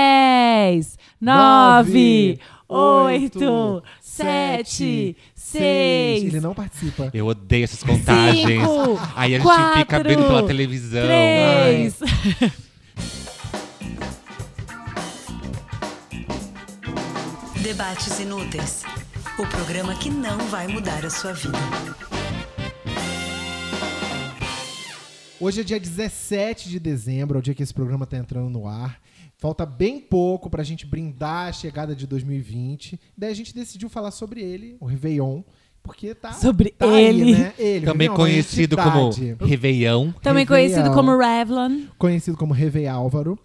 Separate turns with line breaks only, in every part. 10, 9,
oito,
8, 7,
sete,
6,
Ele não participa.
Eu odeio essas contagens.
Cinco,
Aí a gente
quatro,
fica abrindo pela televisão. Ai.
3.
Debates Inúteis. O programa que não vai mudar a sua vida.
Hoje é dia 17 de dezembro, é o dia que esse programa tá entrando no ar. Falta bem pouco pra gente brindar a chegada de 2020. Daí a gente decidiu falar sobre ele, o Réveillon, porque tá.
Sobre
tá
ele.
Aí, né? Ele, o Réveillon
Também
é uma
conhecido como
entidade.
Réveillon.
Também
Réveillon.
conhecido como Revlon.
Conhecido como Revei Álvaro.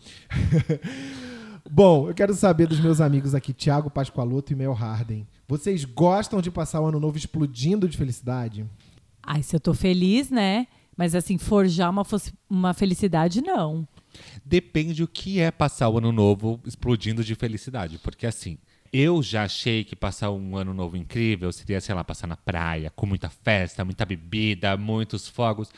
Bom, eu quero saber dos meus amigos aqui, Thiago Pascoaloto e Mel Harden. Vocês gostam de passar o ano novo explodindo de felicidade?
Ai, se eu tô feliz, né? Mas assim, forjar uma, fos- uma felicidade, não.
Depende o que é passar o ano novo explodindo de felicidade. Porque assim, eu já achei que passar um ano novo incrível seria, sei lá, passar na praia, com muita festa, muita bebida, muitos fogos.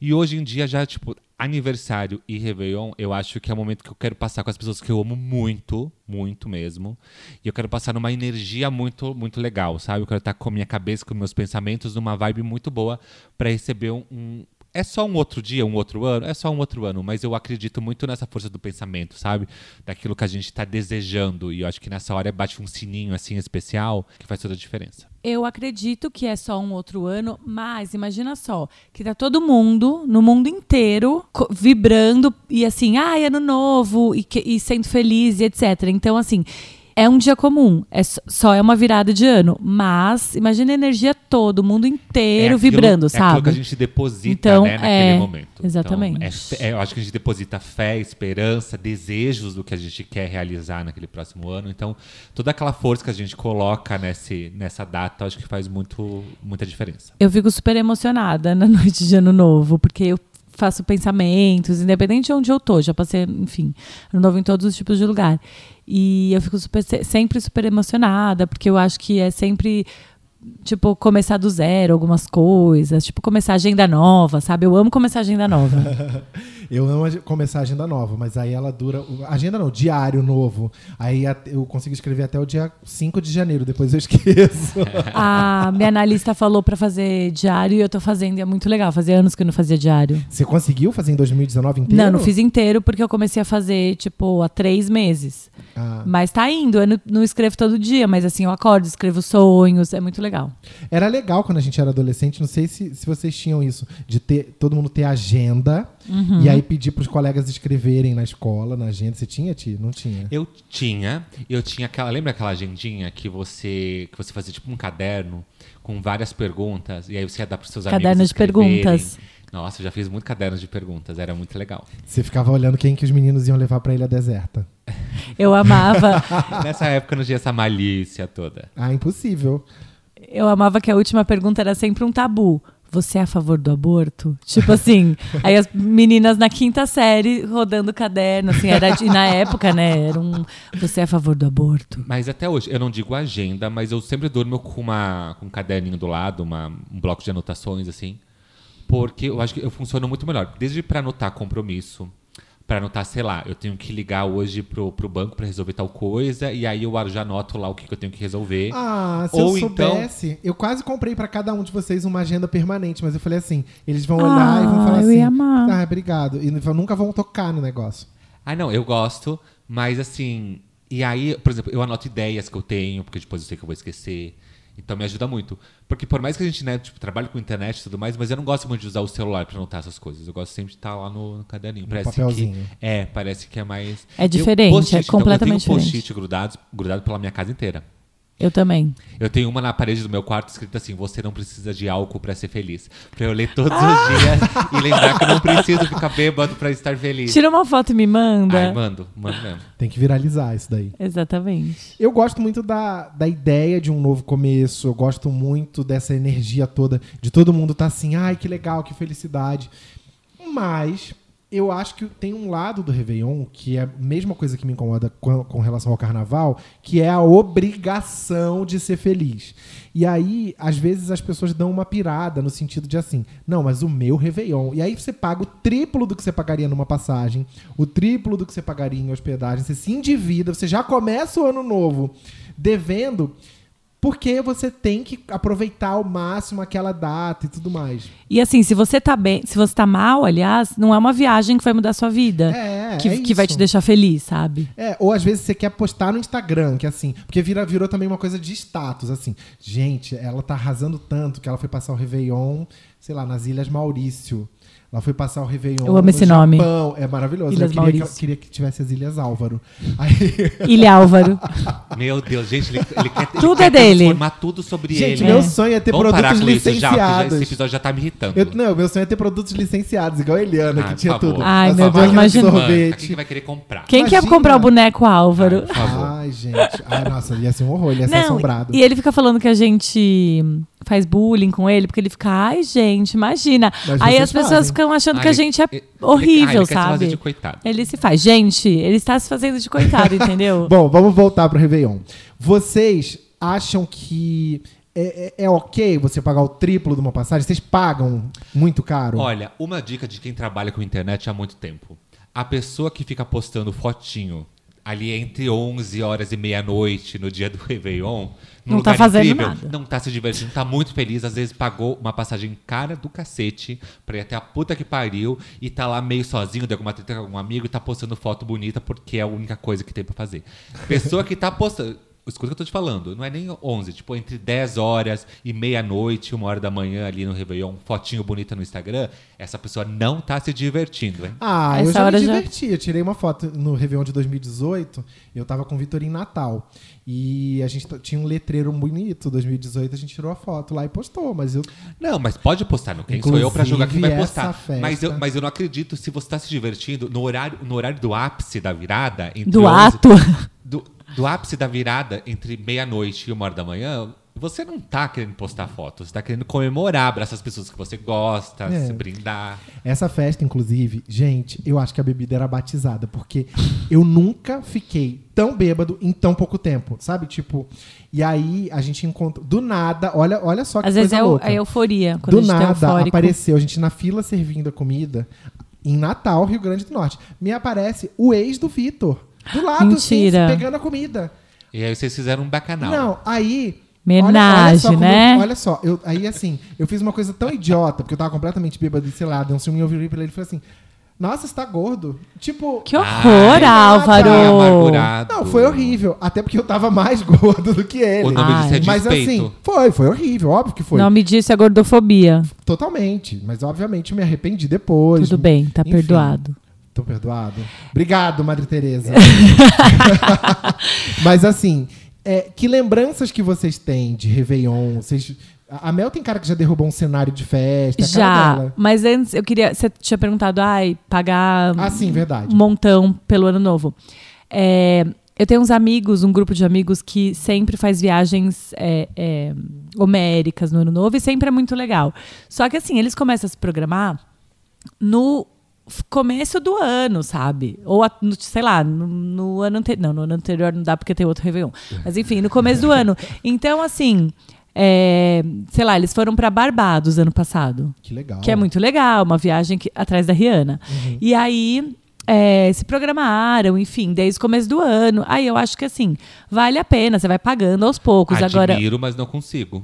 E hoje em dia, já, tipo, aniversário e Réveillon, eu acho que é o momento que eu quero passar com as pessoas que eu amo muito, muito mesmo. E eu quero passar numa energia muito, muito legal, sabe? Eu quero estar com a minha cabeça, com meus pensamentos, numa vibe muito boa para receber um- um é só um outro dia, um outro ano, é só um outro ano, mas eu acredito muito nessa força do pensamento, sabe? Daquilo que a gente tá desejando. E eu acho que nessa hora bate um sininho assim especial que faz toda a diferença.
Eu acredito que é só um outro ano, mas imagina só, que tá todo mundo, no mundo inteiro, co- vibrando e assim, ai, ano novo, e, que- e sendo feliz e etc. Então, assim, é um dia comum, é s- só é uma virada de ano, mas imagina a energia toda, o mundo inteiro
aquilo-
virando,
é aquilo
sabe?
que a gente deposita
Então,
né, naquele
é,
momento.
exatamente.
Então, é fe- é, eu acho que a gente deposita fé, esperança, desejos do que a gente quer realizar naquele próximo ano. Então, toda aquela força que a gente coloca nesse, nessa data, eu acho que faz muito, muita diferença.
Eu fico super emocionada na noite de ano novo, porque eu faço pensamentos, independente de onde eu tô, já passei, enfim, ano novo em todos os tipos de lugar. E eu fico super- se- sempre super emocionada, porque eu acho que é sempre tipo começar do zero algumas coisas, tipo começar agenda nova, sabe? Eu amo começar agenda nova.
Eu amo ag- começar a agenda nova, mas aí ela dura. o- Agenda não, diário novo. Aí a- eu consigo escrever até o dia 5 de janeiro, depois eu esqueço.
A minha analista falou pra fazer diário e eu tô fazendo, e é muito legal, fazia anos que eu não fazia diário.
Você conseguiu fazer em 2019 inteiro?
Não, não fiz inteiro porque eu comecei a fazer, tipo, há três meses.
Ah.
Mas tá indo. Eu não, não escrevo todo dia, mas assim, eu acordo, escrevo sonhos, é muito legal.
Era legal quando a gente era adolescente, não sei se, se vocês tinham isso, de ter todo mundo ter agenda
Uhum.
e aí pedir pros colegas escreverem na escola, na agenda. Você tinha, Ti? Não tinha.
Eu tinha, eu tinha aquela, lembra aquela agendinha que você que você fazia tipo um caderno com várias perguntas e aí você ia dar para seus
Caderno
amigos
de
escreverem?
perguntas.
Nossa, eu já fiz muito caderno de perguntas, era muito legal.
Você ficava olhando quem que os meninos iam levar pra ilha deserta.
Eu amava,
Nessa época não tinha essa malícia toda.
Ah, impossível.
eu amava que a última pergunta era sempre um tabu. Você é a favor do aborto? Tipo assim, aí as meninas na quinta série rodando o caderno, assim, era de- na época, né? Era um você é a favor do aborto.
Mas até hoje, eu não digo agenda, mas eu sempre durmo com, uma, com um caderninho do lado, uma- um bloco de anotações, assim. Porque eu acho que eu funciono muito melhor. Desde para anotar compromisso, para anotar, sei lá, eu tenho que ligar hoje pro, pro banco para resolver tal coisa, e aí eu já anoto lá o que, que eu tenho que resolver.
Ah, se
Ou
eu
então,
soubesse, eu quase comprei pra cada um de vocês uma agenda permanente, mas eu falei assim, eles vão olhar e vão falar
Ah, eu
assim,
ia amar.
ah, obrigado, e não- nunca vão tocar no negócio.
Ah, não, eu gosto, mas assim. E aí, por exemplo, eu anoto ideias que eu tenho, porque depois eu sei que eu vou esquecer. Então me ajuda muito. Porque por mais que a gente, né, tipo, trabalhe com internet e tudo mais, mas eu não gosto muito de usar o celular pra anotar essas coisas. Eu gosto sempre de estar lá no, no caderninho. Parece
papelzinho.
Que, é, parece que é mais.
É
Eu-
diferente,
post-it,
é
então,
completamente
Eu tenho
diferente.
post-it grudados- grudado pela minha casa inteira.
Eu também.
Eu tenho uma na parede do meu quarto escrita assim: Você não precisa de álcool pra ser feliz. Pra eu ler todos os dias e lembrar que eu não preciso ficar bêbado pra estar feliz.
Tira uma foto e me manda.
Ai, mando, mando mesmo.
Tem que viralizar isso daí.
Exatamente.
Eu gosto muito da, da ideia de um novo começo, eu gosto muito dessa energia toda, de todo mundo tá assim, ai que legal, que felicidade. Mas Eu acho que tem um lado do Réveillon que é a mesma coisa que me incomoda com, com relação ao carnaval, que é a obrigação de ser feliz. E aí, às vezes, as pessoas dão uma pirada no sentido de assim, não, mas o meu Réveillon. E aí você paga o triplo do que você pagaria numa passagem, o triplo do que você pagaria em hospedagem, você se endivida, você já começa o ano novo devendo. Porque você tem que aproveitar ao máximo aquela data e tudo mais.
E assim, se você tá bem, se você tá mal, aliás, não é uma viagem que vai mudar a sua vida.
É,
que,
é
que vai te
isso.
deixar feliz, sabe?
É, ou às vezes você quer postar no Instagram, que assim, porque vira, virou também uma coisa de status, assim. Gente, ela tá arrasando tanto que ela foi passar o Réveillon, sei lá, nas Ilhas Maurício. Ela foi passar o Réveillon.
Eu amo
no
esse nome.
Japão. É maravilhoso.
Ilhas
eu queria que,
Maurício.
queria que tivesse as Ilhas Álvaro. Aí,
Ilha Álvaro.
Meu Deus, gente, ele, ele quer, ele
Tudo
quer
é dele.
transformar tudo sobre
gente,
ele.
meu sonho é ter
Vamos parar
produtos
com isso já, porque já,
licenciados.
esse episódio já tá me irritando.
Eu- não, meu sonho é ter produtos licenciados, igual a Eliana,
Ah,
que
por
tinha
favor.
tudo.
Ai,
Essa
meu Deus,
máquina de
imagina.
Manta, Quem
Sorvete.
que vai querer comprar?
Quem quer
Imagina.
comprar o boneco Álvaro?
Por favor.
Ai, gente. Ai, nossa, ia ser um horror, ele ia ser
Não,
assombrado.
e ele fica falando que a gente faz bullying com ele, porque ele fica, ai, gente, imagina.
Mas
Aí
vocês
as pessoas
fazem.
ficam achando
Ah,
que a
ele-
gente é
ele- ele- ah,
horrível,
ele quer se
sabe?
fazer de coitado.
Ele se faz. Gente, ele está se fazendo de coitado, entendeu?
Bom, vamos voltar pro Réveillon. Vocês acham que é, é- é ok você pagar o triplo de uma passagem? Vocês pagam muito caro?
Olha, uma dica de quem trabalha com internet há muito tempo. A pessoa que fica postando fotinho ali entre 11 horas e meia-noite no dia do Réveillon, num
Não tá
lugar
fazendo
incrível,
nada.
não tá se divertindo, tá muito feliz, às vezes pagou uma passagem cara do cacete pra ir até a puta que pariu e tá lá meio sozinho, de alguma treta com algum amigo e tá postando foto bonita porque é a única coisa que tem pra fazer. Pessoa que tá postando... Escuta o que eu tô te falando, não é nem 11, tipo, entre 10 horas e meia-noite, uma hora da manhã ali no Réveillon, fotinho bonita no Instagram, essa pessoa não tá se divertindo, hein?
Ah, eu
Essa
já me
hora já-
diverti. Eu tirei uma foto no Réveillon de 2018. Eu tava com o Vitor em Natal. E a gente t- tinha um letreiro bonito. 2018 a gente tirou a foto lá e postou. Mas eu.
Não, mas pode postar, não. Quem sou eu pra jogar quem vai
Inclusive,
postar.
essa festa-
Mas eu, mas eu não acredito se você tá se divertindo no horário, no horário do ápice da virada. Entre
Do
11
ato.
Do, do ápice da virada entre meia-noite e uma hora da manhã. Você não tá querendo postar fotos, você tá querendo comemorar, abraçar as pessoas que você gosta,
É.
se brindar.
Essa festa, inclusive, gente, eu acho que a bebida era batizada, porque eu nunca fiquei tão bêbado em tão pouco tempo, sabe? Tipo, e aí a gente encontra. Do nada, olha, olha só que
Às
coisa
vezes é o-
louca.
é a euforia, quando
do
a gente tá
nada
eufórico.
apareceu, a gente na fila servindo a comida, em Natal, Rio Grande do Norte. Me aparece o ex do Vitor. Do lado, assim,
Mentira.
pegando a comida.
E aí vocês fizeram um bacanal.
Não, aí.
Homenagem,
só como-
né?
olha só, eu, aí assim, eu fiz uma coisa tão idiota, porque eu tava completamente bêbado e sei lá, deu um ciúme e eu virei pra ele e falei assim: Nossa, você tá gordo. Tipo.
Que horror,
nada.
Álvaro!
Que Tá amargurado.
Não, foi horrível. Até porque eu tava mais gordo do que ele.
O nome
Ai.
disso é
Mas
despeito.
assim, foi, foi horrível, óbvio que foi.
Não me disse a é gordofobia.
Totalmente. Mas obviamente me arrependi depois.
Tudo bem, tá
Enfim.
perdoado.
Tô perdoado. Obrigado, Madre Teresa. Mas assim, é, que lembranças que vocês têm de Réveillon? Vocês, a a Mel tem cara que já derrubou um cenário de festa, é a cara
Já,
dela.
mas antes eu queria. Você tinha perguntado, ai, pagar
Ah, sim, verdade.
um montão pelo ano novo. É, eu tenho uns amigos, um grupo de amigos que sempre faz viagens é, é, homéricas no ano novo e sempre é muito legal. Só que assim, eles começam a se programar no f- começo do ano, sabe? Ou, a- no- sei lá, no, no ano anterior. Não, no ano anterior não dá porque tem outro Réveillon. Mas enfim, no começo do ano. Então, assim. é, sei lá, eles foram para Barbados ano passado.
Que legal.
Que é muito legal, uma viagem que- atrás da Rihanna.
Uhum.
E aí é, se programaram, enfim, desde o começo do ano. Aí eu acho que assim, vale a pena, você vai pagando aos poucos.
Ah,
Agora,
Admiro, mas não consigo.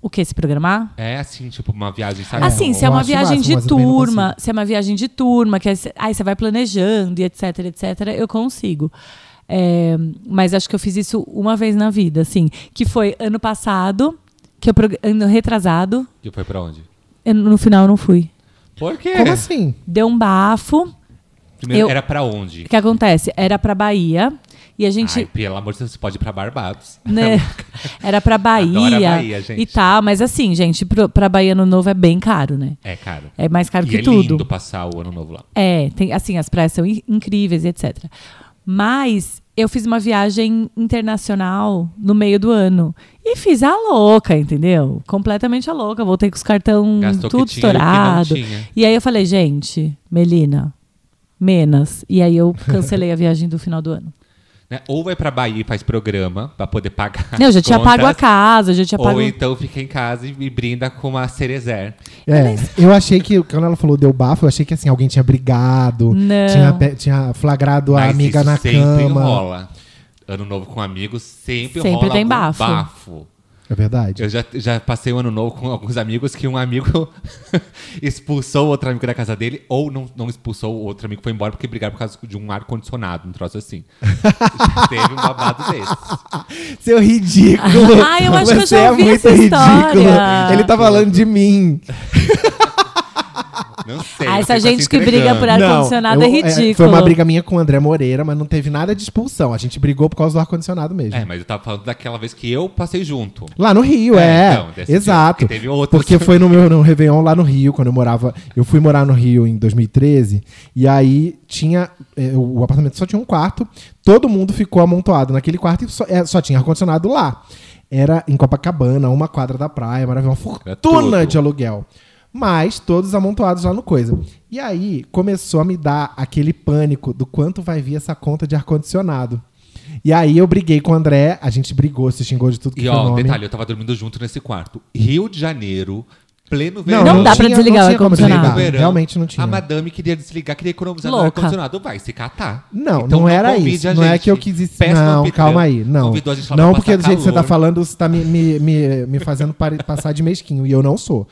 o que se programar?
É assim, tipo, uma viagem, sabe?
Assim,
Tá eu
se é uma
acho
viagem
máximo,
de
mas eu também não
turma, se é uma viagem de turma, que aí cê- aí você vai planejando e etc, etc, eu consigo. É, mas acho que eu fiz isso uma vez na vida, assim, que foi ano passado, que eu prog- ano retrasado,
Que foi pra onde?
eu- no final eu não fui.
Por quê?
Como assim?
Deu um bafo,
Primeiro,
Eu-
era pra
O
onde?
que acontece? Era pra Bahia e a gente.
Ai, pelo amor de Deus, você pode ir pra Barbados.
né, era pra
Adoro a
Bahia,
é Bahia, gente.
e tal, mas assim, gente, pro, pra Bahia no Novo é bem caro, né?
É, cara.
É mais caro
e
que
é
tudo.
lindo passar o ano novo lá.
É, tem, assim, as praias são in- incríveis e etc. Mas eu fiz uma viagem internacional no meio do ano. E fiz a louca, entendeu? Completamente a louca. Voltei com os cartões
Gastou o
tudo
que tinha e o que não
estourado.
tinha.
E aí eu falei, gente, Melina, Menas. E aí eu cancelei a viagem do final do ano.
Né? Ou vai pra Bahia e faz programa pra poder pagar.
Não, eu já
as
tinha pago a
contas,
casa, eu já tinha pago.
Ou então fica em casa e, e brinda com uma cerezer.
É, eu achei que, quando ela falou deu bafo, eu achei que assim, alguém tinha brigado,
Não.
tinha, pe- tinha flagrado a
Mas
amiga
isso
na
sempre
cama.
rola. Ano novo com amigos sempre,
Sempre
rola
tem
algum
bafo.
bafo.
É verdade.
Eu já, já passei o ano novo com alguns amigos que um amigo expulsou outro amigo da casa dele, ou não, não expulsou o outro amigo, foi embora porque brigaram por causa de um ar-condicionado, um troço assim. Já Teve um babado desse.
Seu ridículo.
Ah, eu acho que eu
Você
já
é
ouvi
muito
essa
ridículo.
história.
Ele tá falando de mim.
Não sei.
Ah,
eu
essa
sei tá
gente
se
que briga
entregando.
por ar- ar-condicionado
eu-
é ridículo.
foi uma briga minha com o André Moreira, mas não teve nada de expulsão. A gente brigou por causa do ar-condicionado mesmo.
É, mas eu tava falando daquela vez que eu passei junto.
Lá no Rio, é.
É, então, desse
Exato.
dia, porque teve outros.
Porque foi no meu no Réveillon lá no Rio, quando eu morava. Eu fui morar no Rio em 2013. E aí tinha. eh, O apartamento só tinha um quarto. Todo mundo ficou amontoado naquele quarto e só, eh, só tinha ar-condicionado lá. Era em Copacabana, uma quadra da praia, maravilha, uma
Era
fortuna
tudo.
de aluguel. Mas todos amontoados lá no coisa. E aí começou a me dar aquele pânico do quanto vai vir essa conta de ar-condicionado. E aí eu briguei com o André, a gente brigou, se xingou de tudo que
E
foi
ó,
nome.
detalhe, eu tava dormindo junto nesse quarto. Rio de Janeiro, pleno
Não
verão.
dá pra
tinha-
desligar
não
o
tinha como
ar-condicionado.
desligar,
Pleno
verão.
Realmente não tinha.
A madame queria desligar, queria economizar no
Louca.
ar-condicionado. Vai se catar.
Não,
Então
não era
convide
isso.
a
Não é
gente.
que eu quis isso.
Péssima
Não,
anfitriã.
calma aí. Não.
Convidou a gente lá pra
Não, porque do
passar
jeito que você tá
calor.
falando, você tá me, me, me, me fazendo pare- passar de mesquinho. E eu não sou.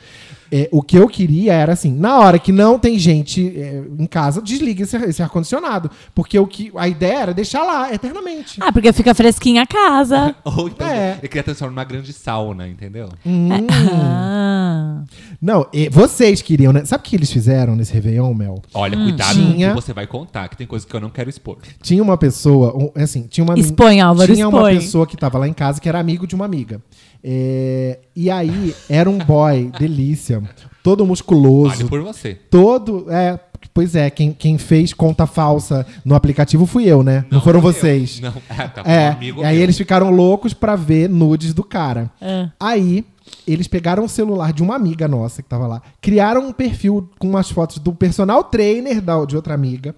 É, o que eu queria era assim, na hora que não tem gente é, em casa, desliga esse, esse ar-condicionado. Porque o que, a ideia era deixar lá eternamente.
Ah, porque fica fresquinha a casa.
Ou então
É. Hum.
ele queria transformar numa grande sauna, entendeu?
É. Ah.
Não, e vocês queriam, né? Sabe o que eles fizeram nesse Réveillon, Mel?
Olha, cuidado com o que
Hum. Tinha.
você vai contar, que tem coisa que eu não quero expor.
Tinha uma pessoa, um- assim, tinha uma meni-
Expõe, Álvaro,
tinha uma
expõe.
pessoa que tava lá em casa que era amigo de uma amiga. É, e aí era um boy delícia, todo musculoso,
Vale por você.
todo, é, pois é, quem, quem fez conta falsa no aplicativo fui eu, né? Não, foram
fui eu.
vocês.
Não, é, tá
É,
um amigo
e aí
meu.
eles ficaram loucos pra ver nudes do cara.
É.
Aí eles pegaram o celular de uma amiga nossa que tava lá, criaram um perfil com umas fotos do personal trainer da, de outra amiga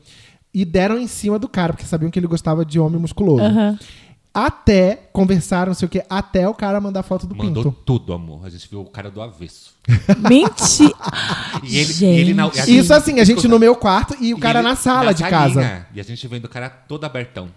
e deram em cima do cara, porque sabiam que ele gostava de homem musculoso.
Aham.
Até conversaram, não sei o quê, até o cara mandar foto do
Mandou
pinto.
tudo, amor. A gente viu o cara do avesso.
Mentira.
E ele- e ele na-
Gente.
a gente-
Isso assim, a gente
Escuta.
no meu quarto e o
E
cara
ele-
na sala
na
de casa.
salinha. E a gente vendo o cara todo abertão.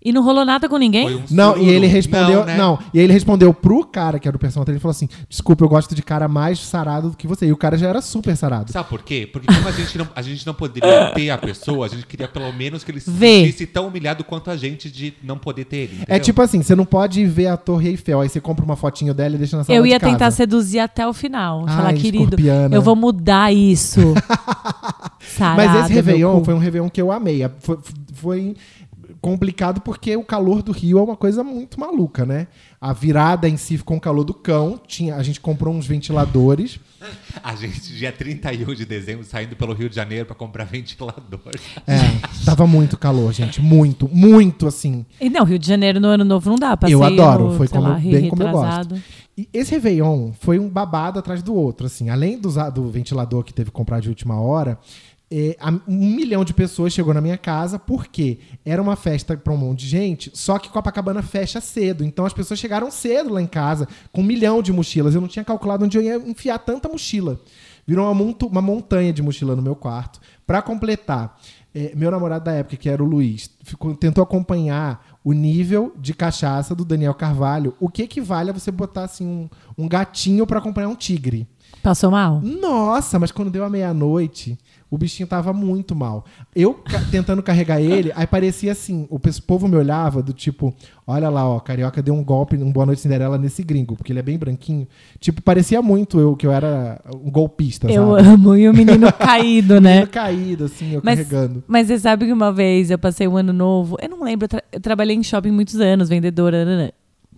E não rolou nada com ninguém?
Foi um
Não,
sururu.
e ele respondeu. Não,
né?
e ele respondeu pro cara que era o personal trainer, ele falou assim: desculpa, eu gosto de cara mais sarado do que você. E o cara já era super sarado. É
Sabe por quê? Porque como a gente não, a gente não poderia ter a pessoa, a gente queria pelo menos que ele se
Vê.
sentisse tão humilhado quanto a gente de não poder ter ele.
É
entendeu?
tipo assim, você não pode ver a Torre Eiffel, aí você compra uma fotinho dela e deixa na sala
Eu
de
ia
casa.
tentar seduzir até o final.
Ai,
falar, querido,
Ah, escorpiana.
eu vou mudar isso. Sarada,
Mas esse
meu
Réveillon
cu.
foi um Réveillon que eu amei. A- Foi, foi complicado porque o calor do Rio é uma coisa muito maluca, né? A virada em si ficou um calor do cão. Tinha, a gente comprou uns ventiladores.
A gente, dia 31 de dezembro, saindo pelo Rio de Janeiro pra comprar ventilador.
É, tava muito calor, gente. Muito, muito assim.
E não, Rio de Janeiro no ano novo não dá. Passei
eu adoro,
no,
foi
sei
como,
lá,
bem como eu
retrasado.
gosto. E esse Réveillon foi um babado atrás do outro, assim. Além do, za- do ventilador que teve que comprar de última hora, eh, a- um milhão de pessoas chegou na minha casa, porque era uma festa pra um monte de gente, só que Copacabana fecha cedo. Então as pessoas chegaram cedo lá em casa, com um milhão de mochilas. Eu não tinha calculado onde eu ia enfiar tanta mochila. Virou uma, montu- uma montanha de mochila no meu quarto. Pra completar, eh, meu namorado da época, que era o Luiz, ficou- tentou acompanhar o nível de cachaça do Daniel Carvalho. O que equivale a você botar assim um, um gatinho pra acompanhar um tigre?
Passou mal?
Nossa, mas quando deu a meia-noite, o bichinho tava muito mal. Eu ca- tentando carregar ele, aí parecia assim, o pes- povo me olhava do tipo, olha lá, ó, carioca deu um golpe, um boa noite Cinderela nesse gringo, porque ele é bem branquinho. Tipo, parecia muito eu que eu era um golpista,
Eu
sabe?
amo. E o menino caído, né?
Menino caído assim, eu
Mas,
carregando.
mas você sabe que uma vez eu passei um ano novo, eu não lembro, eu, tra- eu trabalhei em shopping muitos anos, vendedora. nananã.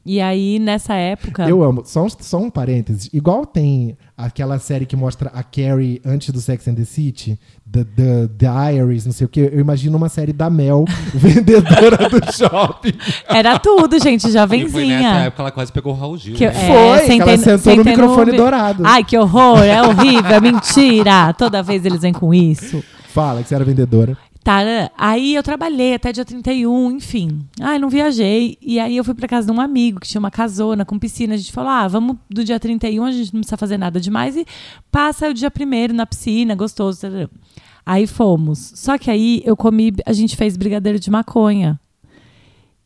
E aí, nessa época.
Eu amo. Só um, só um parênteses. Igual tem aquela série que mostra a Carrie antes do Sex and the City, The, the Diaries, não sei o quê. Eu imagino uma série da Mel, vendedora do shopping.
Era tudo, gente,
E foi nessa
jovenzinha.
época ela quase pegou o Raul Gil.
Que eu- é,
né?
Foi, que
sentei
ela sentou no
sentei
microfone
vi-
dourado.
Ai, que horror, é horrível, é mentira. Toda vez eles vêm com isso.
Fala que você era vendedora.
Tarã, Tá, aí eu trabalhei até dia 31, enfim. Ai, não viajei. E aí eu fui pra casa de um amigo que tinha uma casona com piscina. A gente falou: ah, vamos do dia 31, a gente não precisa fazer nada demais. E passa o dia primeiro na piscina, gostoso. tarará. Aí fomos. Só que aí eu comi, a gente fez brigadeiro de maconha.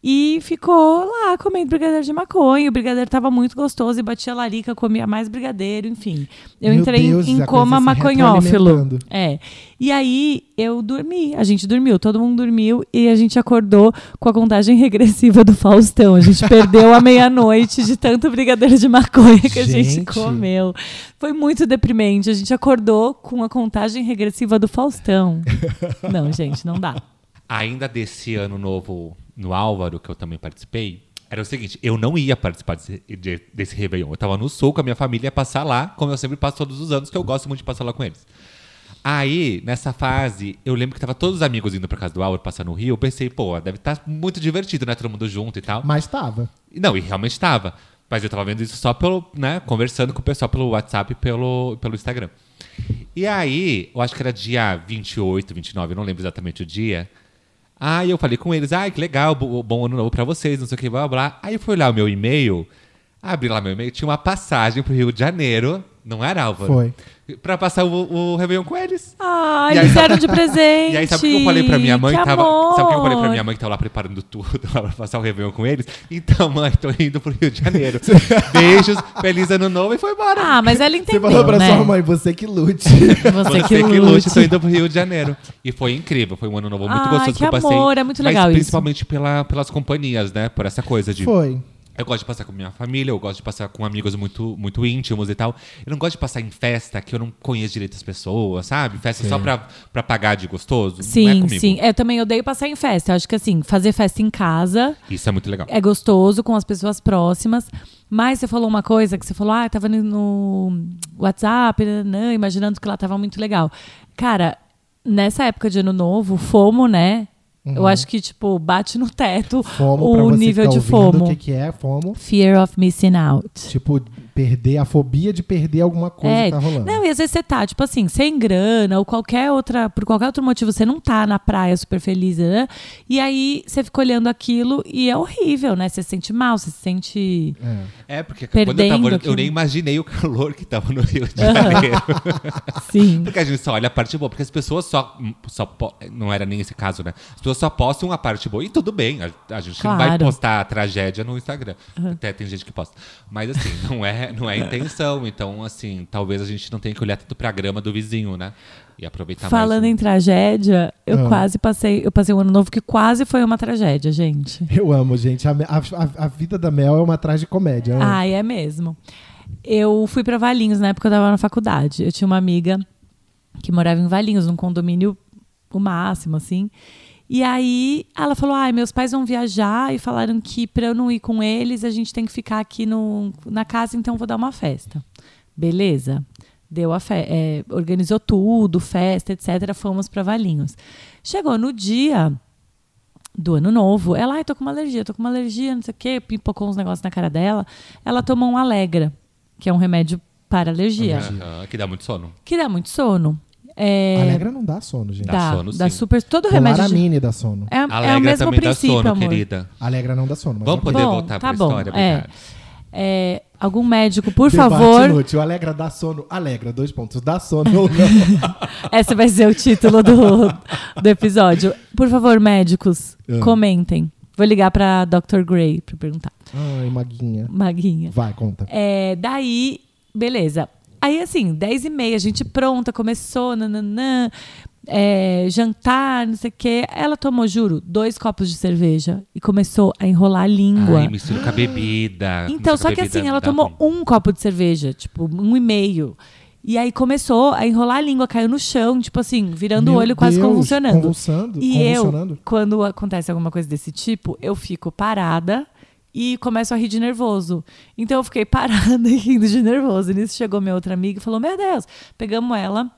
E ficou lá comendo brigadeiro de maconha. O brigadeiro tava muito gostoso e batia larica, comia mais brigadeiro, enfim. Eu
Meu
entrei em-
Deus,
em
a coisa
coma
se
maconhófilo.
retroalimentando.
É. E aí eu dormi, a gente dormiu, todo mundo dormiu e a gente acordou com a contagem regressiva do Faustão. A gente perdeu a meia-noite de tanto brigadeiro de maconha que a gente
Gente.
comeu. Foi muito deprimente. A gente acordou com a contagem regressiva do Faustão. Não, gente, não dá.
Ainda desse ano novo no Álvaro, que eu também participei, era o seguinte: eu não ia participar desse, de- desse Réveillon. Eu tava no Sul com a minha família, ia passar lá, como eu sempre passo todos os anos, que eu gosto muito de passar lá com eles. Aí, nessa fase, eu lembro que tava todos os amigos indo pra casa do Álvaro, passar no Rio. Eu pensei, pô, deve estar muito divertido, né? Todo mundo junto e tal.
Mas tava.
E Não, e realmente tava. Mas eu tava vendo isso só pelo, né, conversando com o pessoal pelo WhatsApp e pelo, pelo Instagram. E aí, eu acho que era dia 28, 29, eu não lembro exatamente o dia. Aí eu falei com eles, ai, que legal, bo- bom ano novo pra vocês, não sei o que, blá, blá. blá. Aí eu fui olhar o meu e-mail, abri lá meu e-mail, tinha uma passagem pro Rio de Janeiro, não era, Álvaro?
Foi.
Pra passar o, o Réveillon com eles.
Ah,
E aí,
eles
sabe-
deram de presente.
E aí, sabe o que eu falei pra minha mãe?
Que
tava, sabe o que eu falei pra
amor.
minha mãe que tava lá preparando tudo lá pra passar o Réveillon com eles? Então, mãe, tô indo pro Rio de Janeiro. Beijos, feliz ano novo e foi embora.
Ah, mas ela
Você
entendeu,
falou pra
né?
sua mãe, você que lute.
Você, é que,
lute,
lute.
tô indo pro Rio de Janeiro. E foi incrível, foi um ano novo muito
Ai,
gostoso
que
eu passei.
amor, é muito legal
mas
isso.
principalmente pela, pelas companhias, né? Por essa coisa de
Foi.
Eu gosto de passar com minha família, eu gosto de passar com amigos muito, muito íntimos e tal. Eu não gosto de passar em festa que eu não conheço direito as pessoas, sabe? Festa só pra, pra pagar de gostoso. não é
Sim,
comigo.
sim. Eu também odeio passar em festa. Eu acho que assim, fazer festa em casa
Isso é muito legal.
é gostoso com as pessoas próximas. Mas você falou uma coisa que você falou, ah, eu tava no- no WhatsApp, nananã, imaginando que ela tava muito legal. Cara, nessa época de ano novo, fomo, né? Eu acho que, tipo, bate no teto
Uhum. Fomo, pra
o
você
nível
que tá
de
ouvindo,
fomo.
O que, que é fomo?
Fear of missing out.
Tipo, perder a fobia de perder alguma coisa
É.
que tá rolando.
Não, e às vezes você tá, tipo assim, sem grana ou qualquer outra, por qualquer outro motivo, você não tá na praia super feliz, né? E aí você fica olhando aquilo e é horrível, né? Você se sente mal, você se sente.
É, porque quando eu
Perdendo
tava olhando, eu
aquilo.
nem imaginei o calor que tava no Rio de Janeiro.
Sim.
Porque a gente só olha a parte boa, porque as pessoas só. só po- não era nem esse caso, né? As pessoas só postam a parte boa. E tudo bem, a, a gente não vai
Claro.
postar a tragédia no Instagram. Até tem gente que posta. Mas assim, não é, não é a intenção. Então, assim, talvez a gente não tenha que olhar tanto pra grama do vizinho, né? E aproveitar
Falando em
mais. um.
tragédia, eu
Ah.
quase passei, eu passei um ano novo que quase foi uma tragédia, gente.
Eu amo, gente. A, a- a vida da Mel é uma tragicomédia. né?
Ai, é mesmo. Eu fui pra Valinhos na época que eu tava na faculdade. Eu tinha uma amiga que morava em Valinhos, num condomínio o máximo, assim. E aí ela falou: ai, meus pais vão viajar e falaram que pra eu não ir com eles, a gente tem que ficar aqui no, na casa, então eu vou dar uma festa. Beleza. Deu a fe é, organizou tudo, festa, etc. Fomos pra Valinhos. Chegou no dia do ano novo. Ela, ai, tô com uma alergia, tô com uma alergia, não sei o quê, pipocou uns negócios na cara dela. Ela tomou um Alegra, que é um remédio para alergia,
Aham, que dá muito sono.
que dá muito sono. É,
Alegra não dá sono, gente.
Dá
dá,
sono,
dá
sim.
super. Todo remédio. de-
Polaramine dá sono.
é, é
Alegra
o mesmo
também dá
princípio,
sono,
amor.
querida.
Alegra não dá sono. Mas
Vamos
ok.
poder voltar pra história,
é.
obrigado.
É, algum médico, por
Debate
favor.
Inútil. Alegra dá sono. Alegra, dois pontos. Dá sono ou não?
Esse vai ser o título do, do episódio. Por favor, médicos, comentem. Vou ligar pra Dr. Gray pra perguntar.
Ai, maguinha.
Maguinha.
Vai, conta.
É, daí, beleza. Aí, assim, 10 e meia, a gente pronta, começou, nananã, é, jantar, não sei o quê. Ela tomou, juro, dois copos de cerveja e começou a enrolar a língua.
Ai, mistura com a bebida.
Então,
Mistura com
só
a
que
bebida,
assim, ela
dá
tomou
ruim.
um copo de cerveja, tipo, um e meio. E aí começou a enrolar a língua, caiu no chão, tipo assim, virando o
Meu
olho, quase
Deus,
convulsionando.
convulsando,
e
convulsionando.
eu, quando acontece alguma coisa desse tipo, eu fico parada e começo a rir de nervoso. Então eu fiquei parada e rindo de nervoso. E nisso chegou minha outra amiga e falou: Meu Deus, pegamos ela,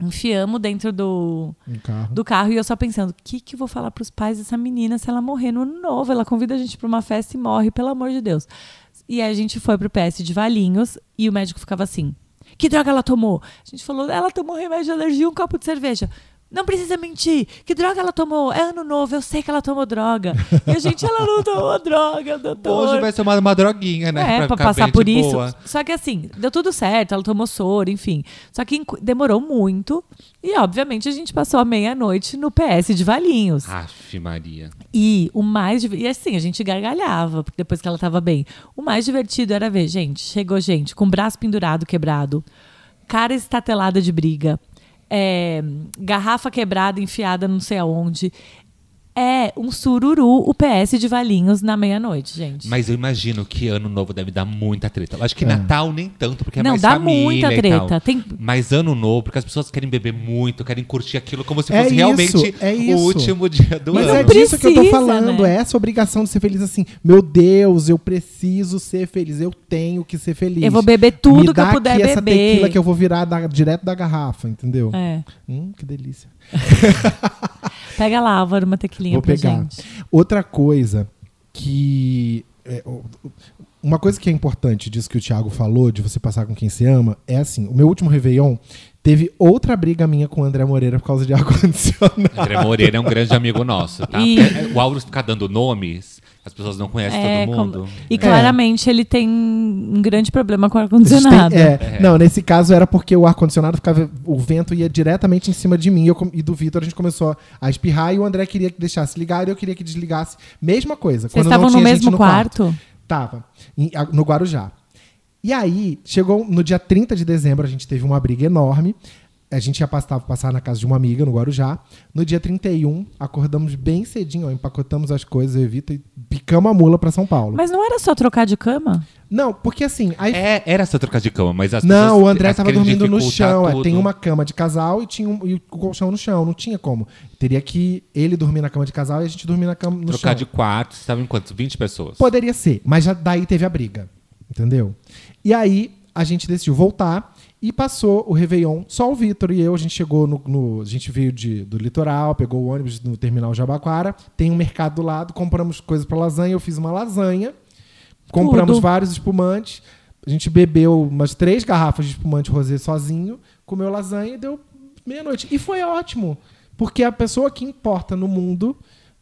enfiamos dentro do,
Um carro.
do carro e eu só pensando, o que que eu vou falar pros pais dessa menina se ela morrer no ano novo? Ela convida a gente pra uma festa e morre, pelo amor de Deus. E aí a gente foi pro PS de Valinhos e o médico ficava assim: "Que droga ela tomou?" A gente falou: "Ela tomou remédio de alergia, e um copo de cerveja." não precisa mentir. Que droga ela tomou? É ano novo, eu sei que ela tomou droga. E a gente, ela não tomou droga,
Então,
doutor.
Hoje vai ser uma, uma droguinha, né?
É, pra,
ficar
passar
bem
por
de
isso.
boa.
Só que assim, deu tudo certo, ela tomou soro, enfim. Só que enqu- demorou muito. E, obviamente, a gente passou a meia-noite no PS de Valinhos.
Aff, Maria.
E o mais. div- E assim, a gente gargalhava porque depois que ela tava bem. O mais divertido era ver, gente, chegou gente com o braço pendurado, quebrado, cara estatelada de briga, é, garrafa quebrada, enfiada não sei aonde. É um sururu o PS de Valinhos na meia-noite, gente.
Mas eu imagino que ano novo deve dar muita treta. Eu acho
É.
que Natal nem tanto, porque é
Não,
mais
dá
família
muita
e tal.
treta. Tem-
Mas ano novo, porque as pessoas querem beber muito, querem curtir aquilo como se
É
fosse
isso,
realmente
é
o
isso.
último dia do
Mas
ano.
é
Não
disso que eu tô
precisa,
falando,
né?
é essa obrigação de ser feliz assim. Meu Deus, eu preciso ser feliz, eu tenho que ser feliz.
Eu vou beber tudo
Me
que eu
dá
puder
aqui essa
beber.
tequila que eu vou virar da- direto da garrafa, entendeu?
É.
Hum, que delícia.
Pega lá, Álvaro, uma tequilinha
Vou
pra
pegar.
gente.
Outra coisa que. é, o- o- uma coisa que é importante disso que o Thiago falou, de você passar com quem se ama, é assim: o meu último Réveillon teve outra briga minha com o André Moreira por causa de ar-condicionado.
André Moreira é um grande amigo nosso, tá?
E-
Porque, é, O Aurus ficar dando nomes, as pessoas não conhecem
É,
todo
com-
mundo.
E claramente ele tem um grande problema com ar-condicionado.
Tem- é, Não, nesse caso era porque o ar-condicionado ficava. O vento ia diretamente em cima de mim eu com- e do Vitor. A gente começou a espirrar e o André queria que deixasse ligado e eu queria que desligasse. Mesma coisa.
Vocês
quando não
estavam no
tinha gente
mesmo quarto?
Tava. em- a- no Guarujá. E aí, chegou no dia 30 de dezembro, a gente teve uma briga enorme. A gente ia passar, passar na casa de uma amiga no Guarujá. No dia 31, acordamos bem cedinho, ó, empacotamos as coisas, eu evito, e picamos a mula pra São Paulo.
Mas não era só trocar de cama?
Não, porque assim, aí
É, era essa troca de cama, mas as pessoas.
não, o André
elas
tava
querem
dormindo no
dificultar
chão. é,
tudo.
tem uma cama de casal e tinha um, e o colchão no chão. Não tinha como. Teria que ele dormir na cama de casal e a gente dormir na cama no
Trocar
chão.
de quarto, você tava em quantos? 20 pessoas.
Poderia ser, mas já daí teve a briga. Entendeu? E aí a gente decidiu voltar e passou o Réveillon. Só o Vitor e eu. A gente chegou no. no- a gente veio de, do litoral, pegou o ônibus no terminal Jabaquara. Tem um mercado do lado, compramos coisas pra lasanha. Eu fiz uma lasanha. Compramos
Tudo.
vários espumantes. A gente bebeu umas três garrafas de espumante rosé sozinho, comeu lasanha e deu meia-noite. E foi ótimo. Porque a pessoa que importa no mundo,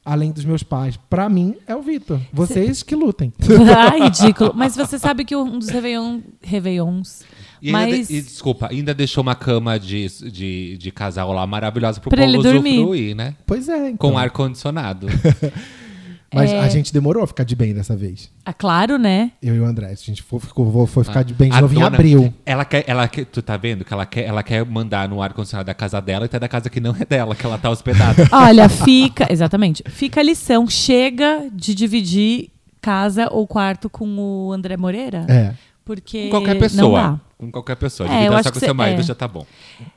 além dos meus pais, pra mim é o Vitor. Vocês que lutem.
ah, ridículo. Mas você sabe que um dos Réveillon, Réveillons
E, ainda
mais.
de- e, desculpa, ainda deixou uma cama de, de, de casal lá maravilhosa pro
Pra ele
povo
dormir.
usufruir, né?
Pois é. Então.
Com ar-condicionado.
Mas
É.
a gente demorou a ficar de bem dessa vez.
Ah, claro, né?
Eu e o André. A gente foi, ficou- foi ficar de bem de
A
novo em
Ah, dona-
abril.
Ela quer, ela quer, tu tá vendo que ela quer, ela quer mandar no ar-condicionado da casa dela e até da casa que não é dela, que ela tá hospedada.
Olha, fica. Exatamente. Fica a lição. Chega de dividir casa ou quarto com o André Moreira.
É.
Porque.
Com qualquer
Não dá.
pessoa. Com qualquer pessoa.
É, eu
Dividida
acho
só
que
com seu
cê-
marido
é.
já tá bom.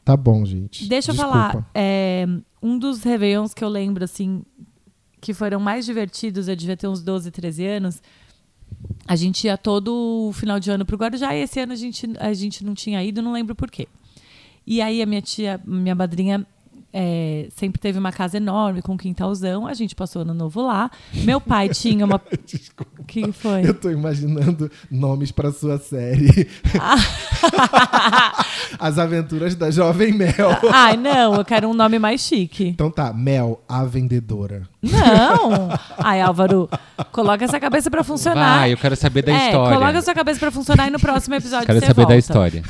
Tá bom, gente.
Deixa eu
Desculpa.
falar. é, um dos Réveillons que eu lembro, assim, que foram mais divertidos, eu devia ter uns 12, 13 anos. A gente ia todo o final de ano pro Guarujá e esse ano a gente, a gente não tinha ido, não lembro por quê. E aí a minha tia, minha madrinha, é, sempre teve uma casa enorme com um quintalzão. A gente passou ano novo lá. Meu pai tinha uma. O que foi?
Eu tô imaginando nomes pra sua série. As Aventuras da Jovem Mel.
Ai, não, eu quero um nome mais chique.
Então tá, Mel, a vendedora.
Não! Ai, Álvaro, coloca essa cabeça pra funcionar.
Vai, eu quero saber da
é,
história.
Coloca a sua cabeça pra funcionar e no próximo episódio
Quero
você
saber
volta.
da história.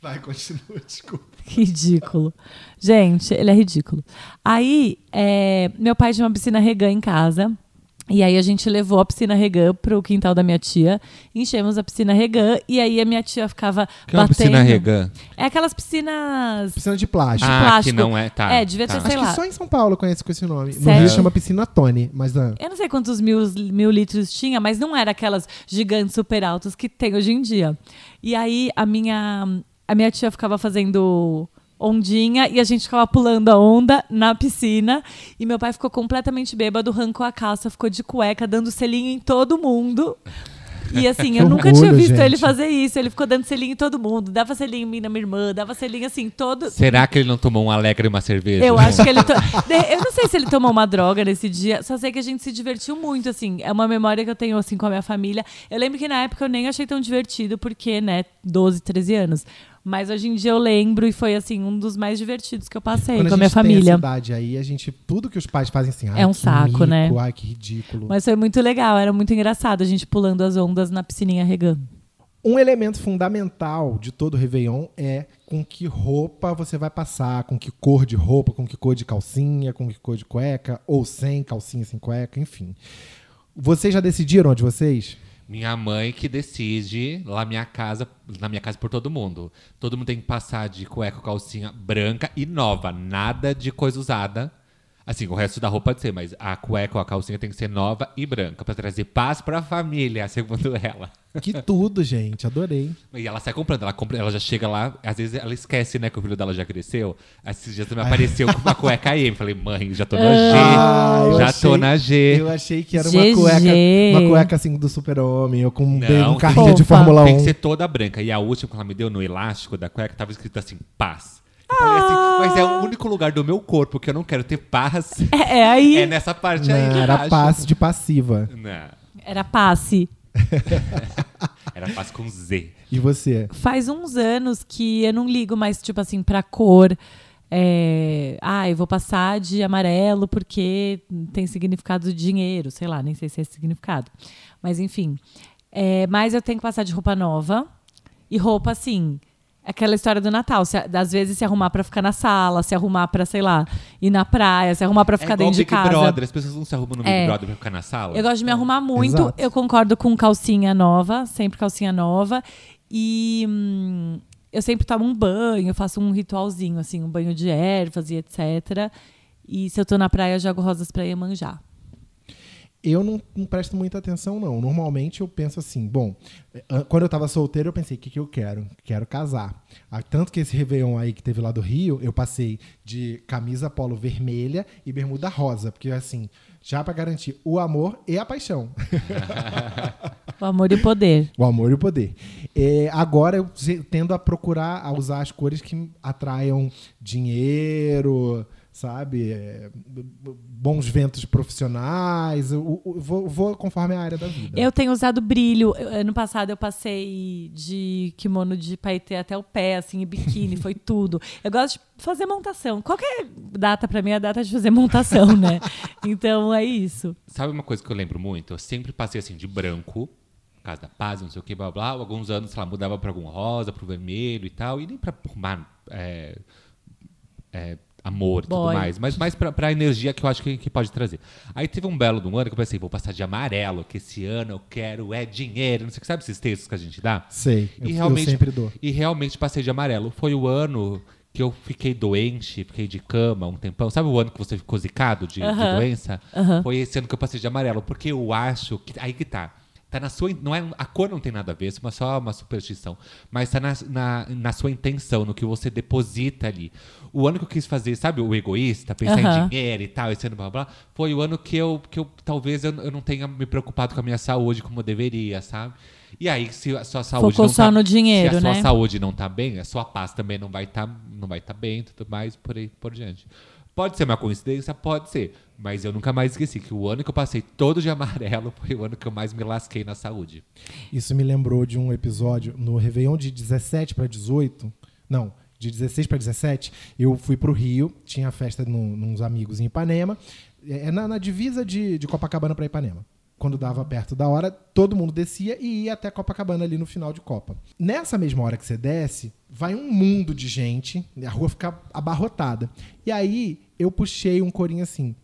Vai, continua, desculpa.
Ridículo. Gente, ele é ridículo. Aí, é, meu pai tinha uma piscina regã em casa. E aí a gente levou a piscina regã pro quintal da minha tia. Enchemos a piscina regã. E aí a minha tia ficava
Que é uma
batendo.
piscina regã?
É aquelas piscinas...
Piscina de plástico.
Ah,
plástico.
que não é, tá.
É, devia ter,
tá.
sei
Acho
lá.
que só em São Paulo conhece com esse nome. No
Sério?
Rio chama piscina Tony, mas ah,
Eu não sei quantos mil, mil litros tinha, mas não era aquelas gigantes super altas que tem hoje em dia. E aí a minha, a minha tia ficava fazendo ondinha e a gente ficava pulando a onda na piscina. E meu pai ficou completamente bêbado, arrancou a calça, ficou de cueca, dando selinho em todo mundo. E assim,
Que
eu nunca
orgulho,
tinha visto
gente.
ele fazer isso. Ele ficou dando selinho em todo mundo. Dava selinho em mim, na minha irmã, dava selinho assim, todo.
Será que ele não tomou um alegre e uma cerveja?
Eu
junto?
acho que ele. to- De- Eu não sei se ele tomou uma droga nesse dia, só sei que a gente se divertiu muito, assim. É uma memória que eu tenho, assim, com a minha família. Eu lembro que na época eu nem achei tão divertido, porque, né, 12, 13 anos. Mas hoje em dia eu lembro e foi assim, um dos mais divertidos que eu passei
Quando
com a
a
minha
gente tem
família.
essa idade aí, a gente, tudo que os pais fazem assim, ai,
É um
que
saco,
mico,
né?
Ai, que ridículo.
Mas foi muito legal, era muito engraçado a gente pulando as ondas na piscininha regando.
Um elemento fundamental de todo o Réveillon é com que roupa você vai passar, com que cor de roupa, com que cor de calcinha, com que cor de cueca, ou sem calcinha, sem cueca, enfim. Vocês já decidiram de vocês?
Minha mãe que decide lá minha casa, na minha casa por todo mundo. Todo mundo tem que passar de cueca, calcinha branca e nova, nada de coisa usada. Assim, o resto da roupa pode ser, mas a cueca ou a calcinha tem que ser nova e branca pra trazer paz pra família, segundo ela.
Que tudo, gente, adorei.
E ela sai comprando, ela compra, ela já chega lá, às vezes ela esquece, né, que o filho dela já cresceu. Esses dias também apareceu com uma cueca M. Falei, mãe, já tô na G.
Ah, eu
já tô
achei-
na G.
Eu achei que era
GG.
uma cueca, uma cueca assim do super-homem, ou com um,
Não,
bem- um
tem-
carrinho de
Fofa.
Fórmula 1.
Tem que ser toda branca. E a última que ela me deu no elástico da cueca tava escrito assim, paz. Eu falei
Ah!
assim, mas é o único lugar do meu corpo que eu não quero ter paz.
É, é aí,
É nessa parte
Não,
aí. de
era
baixo.
passe de passiva.
Não,
era passe.
era paz com Z.
E você?
Faz uns anos que eu não ligo mais, tipo assim, pra cor. É, ah, eu vou passar de amarelo porque tem significado de dinheiro, sei lá, nem sei se é esse significado. Mas enfim. É, mas eu tenho que passar de roupa nova. E roupa, assim, aquela história do Natal. Se, a- às vezes se arrumar pra ficar na sala, se arrumar pra, sei lá, ir na praia, se arrumar pra ficar
é igual
dentro de
Big
casa.
Brother, as pessoas não se arrumam no Big
É.
Brother pra ficar na sala.
Eu gosto de me arrumar muito.
Exato.
Eu concordo com calcinha nova, sempre calcinha nova. E hum, eu sempre tomo um banho, eu faço um ritualzinho, assim, um banho de ervas e etc. E se eu tô na praia, eu jogo rosas pra Iemanjá.
Eu não, não presto muita atenção, não. Normalmente eu penso assim, bom, eh, an- quando eu tava solteiro, eu pensei, o que, que eu quero? Quero casar. Ah, Tanto que esse Réveillon aí que teve lá do Rio, eu passei de camisa polo vermelha e bermuda rosa, porque assim, já pra garantir o amor e a paixão.
O amor e o poder.
O amor e o poder. É, agora eu se- tendo a procurar a usar as cores que atraiam dinheiro, sabe? É, b- b- bons ventos profissionais. Eu, eu- eu vou, vou conforme a área da vida.
Eu tenho usado brilho. Eu- ano passado eu passei de kimono de paetê até o pé, assim, e biquíni, foi tudo. Eu gosto de fazer montação. Qualquer data pra mim é a data de fazer montação, né? Então é isso.
Sabe uma coisa que eu lembro muito? Eu sempre passei assim de branco, por causa da paz, não sei o que, blá blá. blá. Alguns anos, sei lá, mudava pra algum rosa, pro vermelho e tal. E nem pra arrumar é, é, amor e tudo
Boy.
mais. Mas mais pra, pra energia que eu acho que, que pode trazer. Aí teve um belo de um ano que eu pensei, vou passar de amarelo, que esse ano eu quero é dinheiro. Não sei o que. Sabe esses textos que a gente dá?
Sei, eu, eu sempre dou.
E realmente passei de amarelo. Foi o ano que eu fiquei doente, fiquei de cama um tempão. Sabe o ano que você ficou zicado de, de
Aham.
doença?
Aham.
Foi esse ano que eu passei de amarelo, porque eu acho que. Aí que tá. Tá na sua. Não é, a cor não tem nada a ver, isso é uma- só uma superstição. Mas tá na, na, na sua intenção, no que você deposita ali. O ano que eu quis fazer, sabe, o egoísta, pensar
Aham.
em dinheiro e tal, esse ano, blá, blá, blá, foi o ano que eu, que eu talvez eu, eu não tenha me preocupado com a minha saúde como eu deveria, sabe? E aí, se a sua saúde
Focou
não
só
tá-
no dinheiro,
se a sua
né?
saúde não tá bem, a sua paz também não vai tá, não vai tá bem, tudo mais por aí por diante. Pode ser uma coincidência, pode ser, mas eu nunca mais esqueci que o ano que eu passei todo de amarelo foi o ano que eu mais me lasquei na saúde.
Isso me lembrou de um episódio no Réveillon de 17 para 18. Não, de 16 para 17, eu fui pro Rio, tinha festa num, nos amigos em Ipanema, é, é na, na divisa de, de Copacabana para Ipanema. Quando dava perto da hora, todo mundo descia e ia até Copacabana ali no final de Copa. Nessa mesma hora que você desce, vai um mundo de gente, a rua fica abarrotada. E aí eu puxei um corinho assim: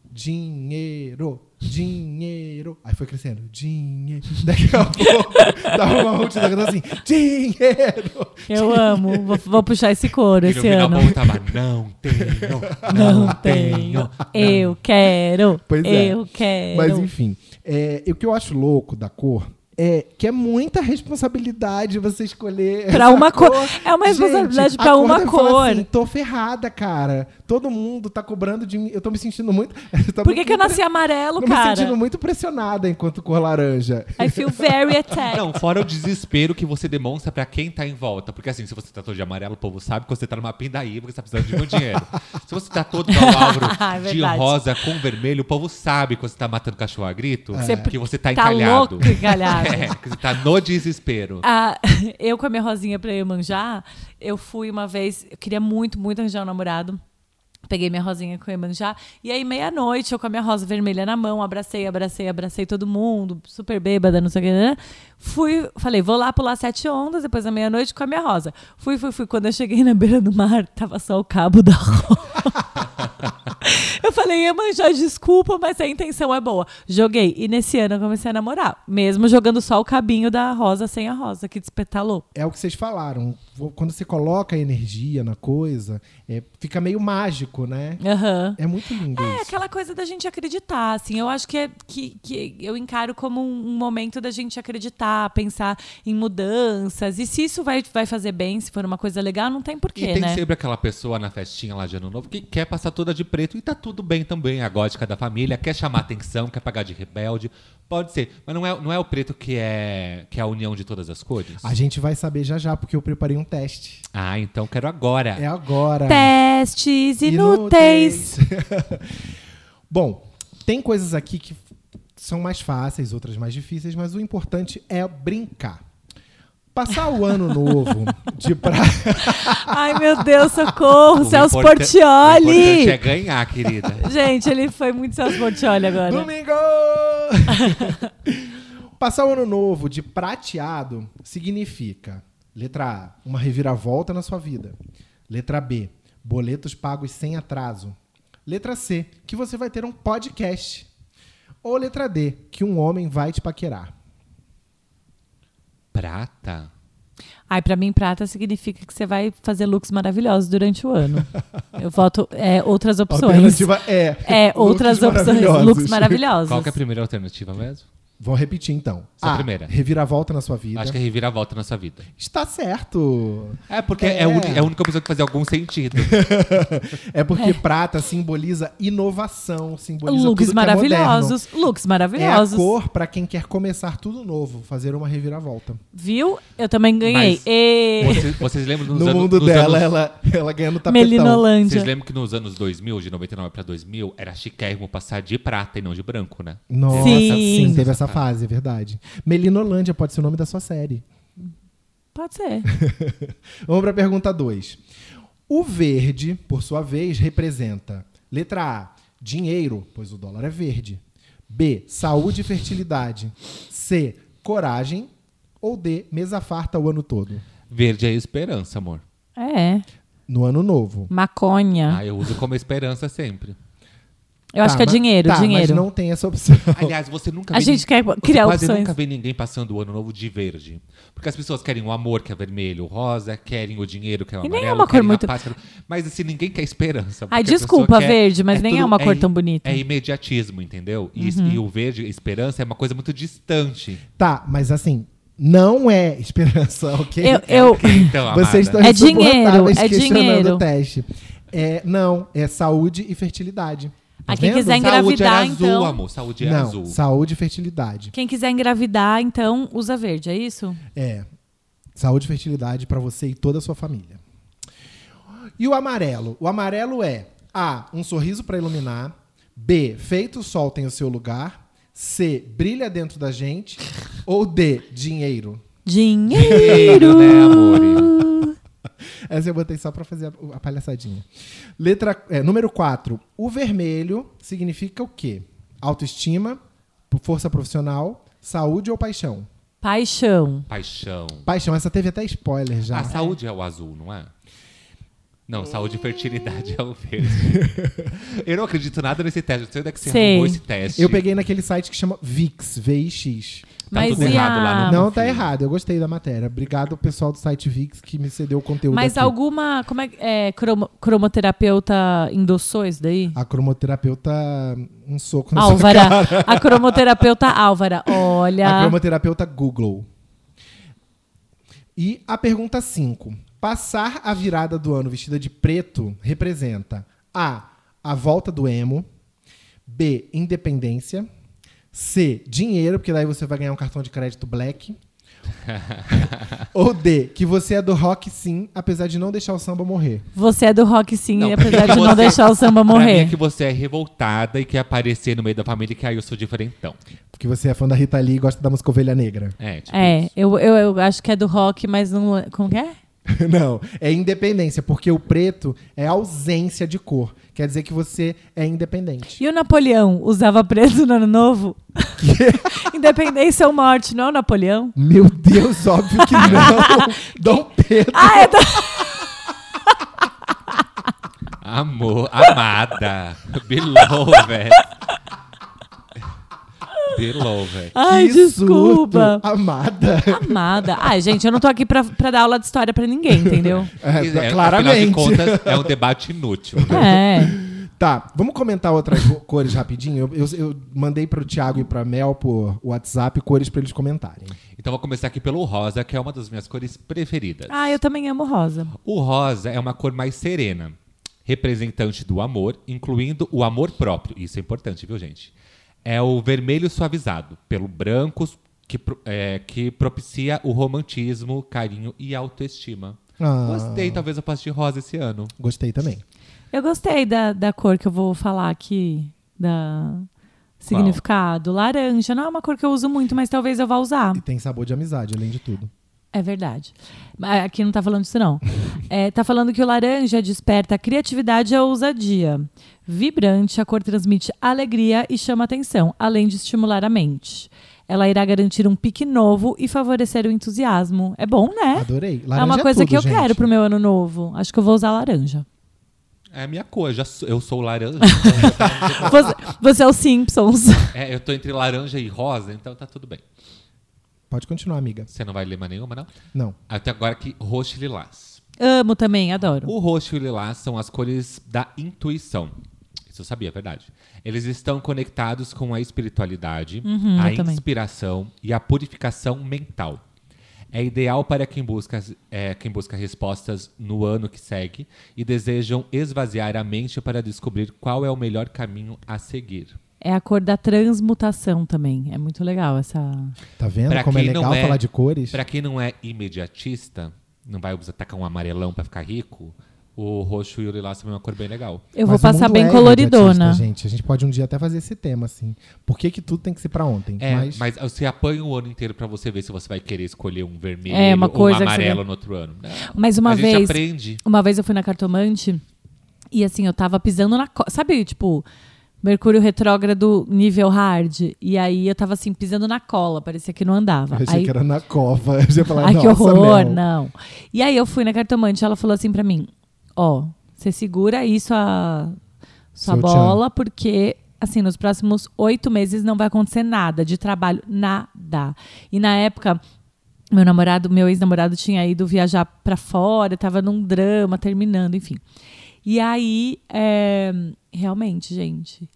dinheiro, dinheiro. Aí foi crescendo: dinheiro. Daqui a pouco dava uma rotina assim: dinheiro.
Eu amo. Vou, vou puxar esse couro
E no
esse
final
ano.
bom tava, não tenho, não,
Não tenho.
tenho.
Eu quero.
Pois é.
eu quero.
Mas enfim, é, e o que eu acho louco da cor é que é muita responsabilidade você escolher.
Pra
essa
uma cor. É uma responsabilidade
Gente,
pra
a
uma
deve falar
cor.
assim, tô ferrada, cara. Todo mundo tá cobrando de mim. Eu tô me sentindo muito. tô
Por que,
muito
que eu nasci amarelo,
Tô me
cara?
sentindo muito pressionada enquanto cor laranja.
I feel very attacked.
Não, fora o desespero que você demonstra pra quem tá em volta. Porque assim, se você tá todo de amarelo, o povo sabe que você tá numa pindaíba, que você tá precisando de muito dinheiro. se você tá todo no
É
alvaro de
verdade.
rosa com vermelho, o povo sabe que você tá matando cachorro a grito,
Você
que você tá
tá
encalhado.
louco, encalhado.
É, que você tá no desespero.
Ah, eu com a minha rosinha pra Iemanjá, eu fui uma vez, eu queria muito, muito arranjar um namorado. Peguei minha rosinha com a Iemanjá. E aí, meia-noite, eu com a minha rosa vermelha na mão, abracei, abracei, abracei todo mundo, super bêbada, não sei o que. né? Fui, falei, vou lá pular sete ondas, depois da meia-noite com a minha rosa. Fui, fui, fui. Quando eu cheguei na beira do mar, tava só o cabo da rosa. Eu falei, Iemanjá, desculpa, mas a intenção é boa. Joguei. E nesse ano eu comecei a namorar. Mesmo jogando só o cabinho da rosa sem a rosa, que despetalou.
É o que vocês falaram. Vo- Quando você coloca a energia na coisa, é, fica meio mágico, né?
Aham.
É muito lindo
É
isso.
aquela coisa da gente acreditar, assim. Eu acho que, é, que, que eu encaro como um, um momento da gente acreditar, pensar em mudanças. E se isso vai, vai fazer bem, se for uma coisa legal, não tem
E
porquê,
tem
né?
sempre aquela pessoa na festinha lá de ano novo que quer passar toda de preto e tá tudo bem também. A gótica da família, quer chamar atenção, quer pagar de rebelde. Pode ser, mas não é, não é o preto que é, que é a união de todas as cores?
A gente vai saber já já, porque eu preparei um teste.
Ah, então quero agora.
É agora.
Testes inúteis.
Bom, tem coisas aqui que são mais fáceis, outras mais difíceis, mas o importante é brincar. Passar o ano novo de praia.
Ai, meu Deus, socorro,
O
Celso
importan- O importante
Portioli.
é ganhar, querida. É
Gente, ele foi muito Celso Portioli agora.
Domingo! Passar o ano novo de prateado significa: letra A, uma reviravolta na sua vida. Letra B, boletos pagos sem atraso. Letra C, que você vai ter um podcast. Ou letra D, que um homem vai te paquerar.
Prata?
Ai, pra mim, prata significa que você vai fazer looks maravilhosos durante o ano. Eu voto é, outras opções.
Alternativa é.
É, outras
looks
opções.
maravilhosos.
Looks maravilhosos.
Qual que é a primeira alternativa mesmo?
Vou repetir então.
Só é a
A,
primeira.
Reviravolta na sua vida.
Acho que é reviravolta na sua vida.
Está certo.
É, porque é, a uni- é a única opção que fazia algum sentido.
É porque prata simboliza inovação, simboliza
Looks
tudo que é moderno.
maravilhosos. looks
É a
maravilhosos.
cor pra quem quer começar tudo novo, fazer uma reviravolta.
Viu? Eu também ganhei.
Mas-
Ê,
Vocês, vocês lembram nos
No
anos-
mundo
nos
dela,
anos-
ela, ela ganhando tapetão.
Melinolândia.
Vocês lembram que nos anos 2000, de 99 pra 2000, era chiquérrimo passar de prata e não de branco, né?
Nossa,
Sim.
sim. teve essa fase, é verdade. Melinolândia pode ser o nome da sua série.
Pode ser.
Vamos pra pergunta 2. O verde, por sua vez, representa letra A, dinheiro, pois o dólar é verde. B, saúde e fertilidade. C, coragem. Ou D, mesa farta o ano todo.
Verde é esperança, amor.
É.
No ano novo.
Maconha.
Ah, eu uso como esperança sempre.
Eu acho
Tá,
que é
mas-
dinheiro,
tá,
dinheiro.
Mas não tem essa opção.
Aliás, você nunca
A
vê
gente
nin-
quer
você
criar
quase
opções.
nunca vê ninguém passando o ano novo de verde. Porque as pessoas querem o amor, que é vermelho, o rosa, querem o dinheiro, que é o
E nem é
amarelo,
uma cor
querem a
muito-
paz, que é- Mas assim, ninguém quer esperança.
Ai,
porque a
desculpa,
pessoa quer-
verde, mas nem é uma cor
i-
tão bonita. Uhum.
É imediatismo, entendeu? E, es- e o verde, esperança, é uma coisa muito distante.
Tá, mas assim, não é esperança, ok?
Eu, eu,
Então,
Vocês
amada,
estão
É dinheiro,
insuportáveis
é
questionando
dinheiro.
o teste. É, não, é saúde e fertilidade. Tá
Ah, quem
vendo?
quiser engra-
Saúde era
engravidar,
azul,
então.
amor. Saúde é
Não,
azul.
saúde e fertilidade.
quem quiser engravidar, então usa verde, é isso?
É. Saúde e fertilidade pra você e toda a sua família. E o amarelo? O amarelo é A. Um sorriso pra iluminar. B. Feito o sol tem o seu lugar. C. Brilha dentro da gente. Ou D. Dinheiro.
é Dinheiro.
né, amor?
Essa eu botei só pra fazer a, a palhaçadinha. Letra, é, número 4. O vermelho significa o quê? Autoestima, p- força profissional, saúde ou paixão?
Paixão.
Paixão.
Paixão, essa teve até spoiler já.
A saúde é o azul, não é? Não, saúde e fertilidade é o verde. eu não acredito nada nesse teste. Não sei onde é que você
Sei.
arrumou esse teste.
eu peguei naquele site que chama VIX, V-I-X.
Tá
Mas
tudo
e
errado lá
a-
no
Não,
perfil.
tá errado. Eu gostei da matéria. Obrigado, pessoal do site VIX, que me cedeu o conteúdo
Mas
aqui.
alguma. Como é, que- é cromo- cromoterapeuta endossou isso daí?
A cromoterapeuta, um soco
Ah,
na sua
Álvara. A cromoterapeuta Álvara.
A
Olha.
cromoterapeuta Google. E a pergunta 5. Passar a virada do ano vestida de preto representa A. A volta do emo. B. Independência. C. Dinheiro, porque daí você vai ganhar um cartão de crédito black. Ou D, que você é do rock sim, apesar de não deixar o samba morrer.
Você é do rock sim,
Não,
apesar
pra
de não
você-
deixar o samba
Pra mim é
morrer.
que você é revoltada e quer aparecer no meio da família que aí eu sou diferentão.
Porque você é fã da Rita Lee e gosta da música Ovelha Negra.
É, tipo
É,
isso.
eu, eu, eu acho que é do rock, mas não. Como que é?
não, é independência, porque o preto é ausência de cor. Quer dizer que você é independente.
E o Napoleão usava preto no ano novo? Independência ou morte, não é o Napoleão?
Meu Deus, óbvio que não. Dom Pedro.
Ah, é do...
Amor, amada, beloved. beloved.
Ai,
Que
desculpa.
surto, Amada.
Amada. Ai, gente, eu não tô aqui pra, pra dar aula de história pra ninguém, entendeu?
É,
E, é, Afinal de
claramente.
contas, é um debate inútil. né?
É.
Tá, vamos comentar outras co- cores rapidinho. Eu, eu, eu mandei pro Thiago e pra Mel por WhatsApp cores pra eles comentarem.
Então vou começar aqui pelo rosa, que é uma das minhas cores preferidas.
Ah, eu também amo rosa.
O rosa é uma cor mais serena, representante do amor, incluindo o amor próprio. Isso é importante, viu, gente? É o vermelho suavizado pelo branco, que, pro- é, que propicia o romantismo, carinho e autoestima.
Ah.
Gostei, talvez eu passe de rosa esse ano.
Gostei também.
Eu gostei da, da cor que eu vou falar aqui, da significado. Laranja não é uma cor que eu uso muito, mas talvez eu vá usar.
E tem sabor de amizade, além de tudo.
É verdade. Mas Aqui não tá falando isso, não. É, tá falando que o laranja desperta a criatividade e a ousadia. Vibrante, a cor transmite alegria e chama atenção, além de estimular a mente. Ela irá garantir um pique novo e favorecer o entusiasmo. É bom, né?
Adorei.
é
Laranja
uma coisa
tudo,
que eu
gente.
quero pro meu ano novo. Acho que eu vou usar laranja.
É a minha cor, já sou- eu sou laranja.
Você, você é o Simpsons.
é, eu tô entre laranja e rosa, então tá tudo bem.
Pode continuar, amiga.
Você não vai ler mais nenhuma, não?
Não.
Até agora que roxo e lilás.
Amo também, adoro.
O roxo e o lilás são as cores da intuição. Isso eu sabia, é verdade. Eles estão conectados com a espiritualidade,
Uhum,
a
eu também.
inspiração e a purificação mental. É ideal para quem busca, é, quem busca respostas no ano que segue e desejam esvaziar a mente para descobrir qual é o melhor caminho a seguir.
É a cor da transmutação também. É muito legal essa.
Tá vendo
Pra
como é
quem não
legal
é-
falar de cores?
Para quem não é imediatista, não vai atacar um amarelão para ficar rico, o roxo e o lilás são uma cor bem legal.
Eu vou
Mas o
passar
mundo
bem
é
coloridona.
imediatista, Gente, a gente pode um dia até fazer esse tema, assim. Por que, que tudo tem que ser pra ontem?
É,
mas,
mas... você apanha o ano inteiro pra você ver se você vai querer escolher um vermelho
É, uma coisa
ou
que
um
você
amarelo
vai-
no outro ano. Não.
Mas uma
a gente
vez.
aprende.
Uma vez eu fui na cartomante e assim, eu tava pisando na. co- Sabe, tipo, Mercúrio retrógrado nível hard? E aí eu tava assim, pisando na cola, parecia que não andava.
eu achei
aí,
que era na cova. Eu ia falar,
Ai, que
nossa,
horror, né?"
Mel.
não. E aí eu fui na cartomante e ela falou assim pra mim: Ó, você segura aí sua, sua
Seu tchan.
bola, porque assim, nos próximos oito meses não vai acontecer nada de trabalho, nada. E na época. Meu namorado, meu ex-namorado tinha ido viajar pra fora, tava num drama, terminando, enfim. E aí, é, realmente, gente,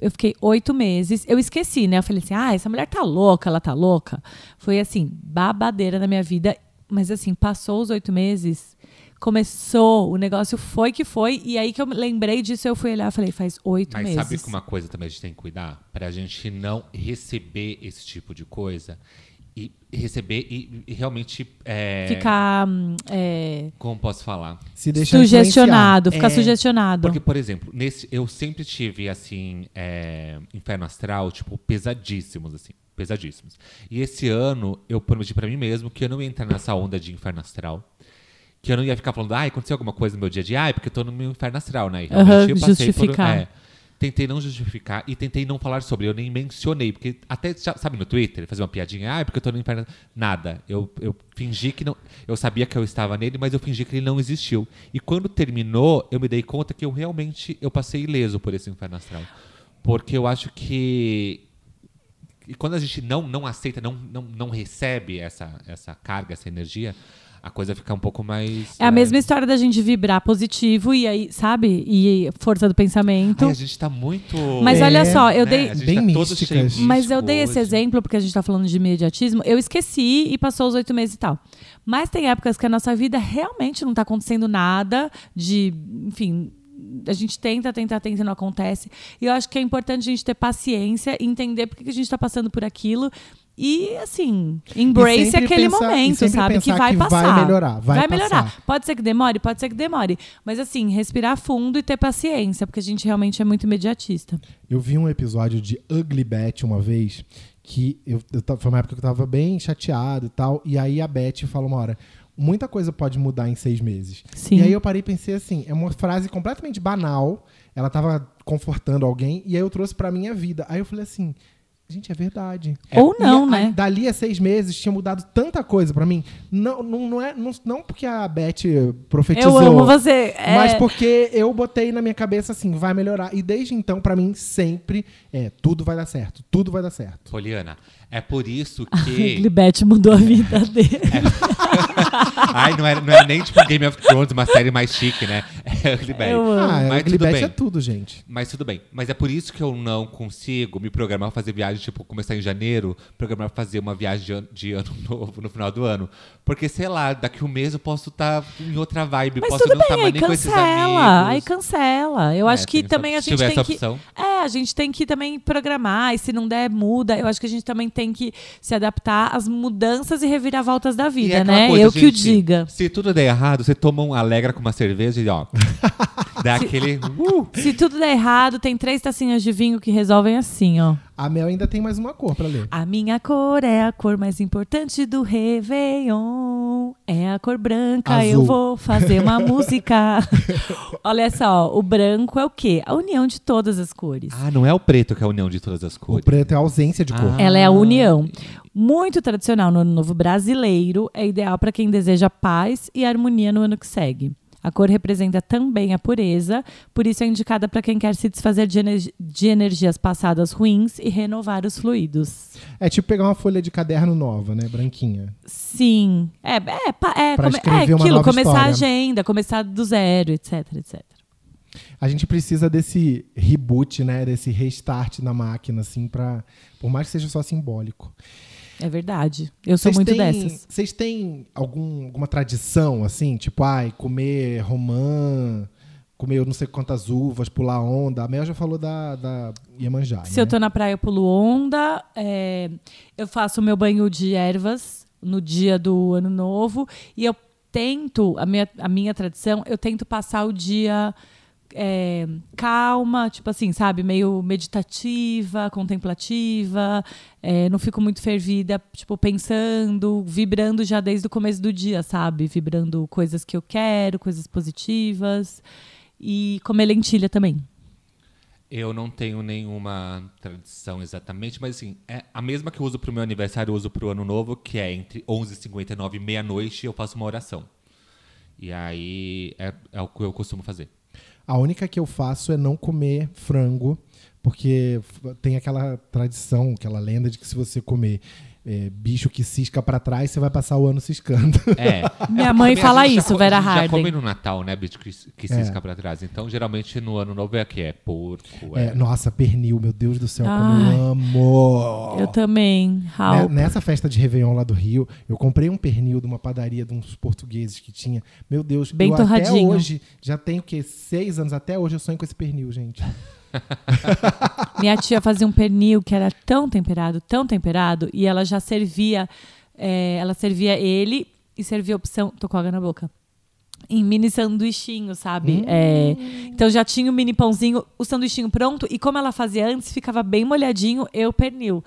eu fiquei oito meses. Eu esqueci, né? Eu falei assim: ah, essa mulher tá louca, ela tá louca. Foi assim, babadeira na minha vida. Mas assim, passou os oito meses, começou, o negócio foi que foi. E aí que eu me lembrei disso, eu fui olhar e falei: faz oito
Mas
meses.
sabe que uma coisa também a gente tem que cuidar? Pra gente não receber esse tipo de coisa e receber e, e realmente. é,
Ficar hum, é,
Como posso falar?
Se deixar
sugestionado, ficar
influenciar. É.
sugestionado.
Porque, por exemplo, nesse, eu sempre tive, assim, é, inferno astral, tipo, pesadíssimos, assim. Pesadíssimos. E esse ano, eu prometi pra mim mesmo que eu não ia entrar nessa onda de inferno astral. Que eu não ia ficar falando, ai, aconteceu alguma coisa no meu dia a dia, ai, porque eu tô no meu inferno astral, né? E
Aham,
realmente eu passei por-
justificar.
é, tentei não justificar e tentei não falar sobre. Eu nem mencionei, porque até, já- sabe, no Twitter, fazer uma piadinha, ai, porque eu tô no inferno. Nada. Eu, eu fingi que não. Eu sabia que eu estava nele, mas eu fingi que ele não existiu. E quando terminou, eu me dei conta que eu realmente eu passei ileso por esse inferno astral. Porque eu acho que. E quando a gente não, não aceita, não, não, não recebe essa, essa carga, essa energia, a coisa fica um pouco mais.
É a
leve.
mesma história da gente vibrar positivo e aí, sabe? E força do pensamento.
Ai, a gente tá muito.
Então, Mas olha
É,
só, eu
né?
dei,
A gente
Bem
tá todo
místicas.
cheio de
Mas eu dei esse
coisa.
exemplo porque a gente tá falando de imediatismo. Eu esqueci e passou os oito meses e tal. Mas tem épocas que a nossa vida realmente não tá acontecendo nada de, enfim. A gente tenta, tenta, tenta e não acontece. E eu acho que é importante a gente ter paciência e entender por que que a gente tá passando por aquilo. E, assim, embrace
sempre
aquele
pensar- e
momento,
sempre
sabe? Que
pensar
vai
que vai
passar.
melhorar, vai
melhorar.
passar.
Pode ser que demore, pode ser que demore. Mas, assim, respirar fundo e ter paciência, porque a gente realmente é muito imediatista.
Eu vi um episódio de Ugly Betty uma vez, que eu, eu ta- foi uma época que eu tava bem chateado e tal, e aí a Betty fala uma hora, muita coisa pode mudar em seis meses.
Sim.
E aí eu parei e pensei assim, é uma frase completamente banal, ela tava confortando alguém, e aí eu trouxe pra minha vida. Aí eu falei assim... Gente, é verdade.
Ou
E
não,
a-
né?
Dali a seis meses tinha mudado tanta coisa pra mim. Não, não, não é não, não porque a Beth profetizou.
Eu amo você. É...
Mas porque eu botei na minha cabeça assim, vai melhorar. E desde então, pra mim, sempre é tudo vai dar certo, tudo vai dar certo.
Poliana, é por isso
Ugly
que.
Betty mudou a
É,
vida dele.
Ai, não era, não era nem tipo Game of Thrones, uma série mais chique, né? É Ugly Betty.
Eu amo.
Ah,
Mas
Ugly
tudo
Betty
bem.
é tudo, gente.
Mas tudo bem. Mas é por isso que eu não consigo me programar pra fazer viagem, tipo, começar em janeiro, programar pra fazer uma viagem de ano, de ano novo no final do ano. Porque, sei lá, daqui um mês eu posso estar em outra vibe,
Mas
posso
tudo
não estar
bem, aí
mais nem um com esses
cancela. Aí
amigos.
cancela. Eu
É,
acho que
tem essa-
também a
se
gente
tiver
tem
essa
que.
opção.
É, a gente tem que também programar. E se não der, muda. Eu acho que a gente também tem que se adaptar às mudanças e reviravoltas da
E
vida,
é aquela
né?
coisa,
eu que o
gente,
diga.
Se tudo der errado, você toma um alegra com uma cerveja e ó. dá aquele. uh,
Se tudo der errado, tem três tacinhas de vinho que resolvem assim, ó.
A Mel ainda tem mais uma cor pra ler.
A minha cor é a cor mais importante do Réveillon. É a cor branca,
Azul.
eu vou fazer uma música. Olha só, o branco é o quê? A união de todas as cores.
Ah, não é o preto que é a união de todas as
O
cores.
preto é a ausência de cor.
Ah.
Ela é a união. Muito tradicional no Ano Novo brasileiro, é ideal para quem deseja paz e harmonia no ano que segue. A cor representa também a pureza, por isso é indicada para quem quer se desfazer de, ener- de energias passadas ruins e renovar os fluidos.
É tipo pegar uma folha de caderno nova, né? Branquinha.
Sim. É, é, pa- é,
Pra
come- é
escrever uma
aquilo,
nova
começar a
história.
agenda, começar do zero, etc, etc.
A gente precisa desse reboot, né? Desse restart na máquina, assim, pra. Por mais que seja só simbólico.
É verdade. Eu sou muito
têm,
dessas.
Vocês têm algum, alguma tradição, assim? Tipo, ai, comer romã, comer eu não sei quantas uvas, pular onda. A Mel já falou da, da Iemanjá,
Se
né?
eu tô na praia, eu pulo onda. é, eu faço o meu banho de ervas no dia do ano novo. E eu tento, a minha, a minha tradição, eu tento passar o dia é, calma, tipo assim, sabe? Meio meditativa, contemplativa. é, não fico muito fervida, tipo, pensando, vibrando já desde o começo do dia, sabe? Vibrando coisas que eu quero, coisas positivas. E comer lentilha também.
Eu não tenho nenhuma tradição exatamente, mas assim, é a mesma que eu uso pro meu aniversário, eu uso pro ano novo, que é entre 11h59 e meia-noite, eu faço uma oração. E aí é, é o que eu costumo fazer.
A única que eu faço é não comer frango, porque f- tem aquela tradição, aquela lenda de que se você comer é, bicho que cisca pra trás, você vai passar o ano ciscando.
É.
Minha
É,
mãe
porque também a
fala
gente já
isso,
co-
Vera
a gente
Harden. É.
Já come no Natal, né, bicho, que, que cisca pra trás. Então, geralmente, no ano novo é que é porco, é,
É, nossa, pernil, meu Deus do céu, como
Ai.
eu amo!
Eu também,
Né,
Raul.
Nessa festa de Réveillon lá do Rio, eu comprei um pernil de uma padaria de uns portugueses que tinha. Meu Deus,
Bem
eu até
torradinho.
hoje, já tenho o quê? Seis anos, até hoje eu sonho com esse pernil, gente.
Minha tia fazia um pernil que era tão temperado, tão temperado, e ela já servia, é, ela servia ele e servia a opção. Tô com água na boca. Em mini sanduichinho,
Hum.
sabe? É, então já tinha o mini pãozinho, o sanduichinho pronto, e como ela fazia antes, ficava bem molhadinho, eu pernil.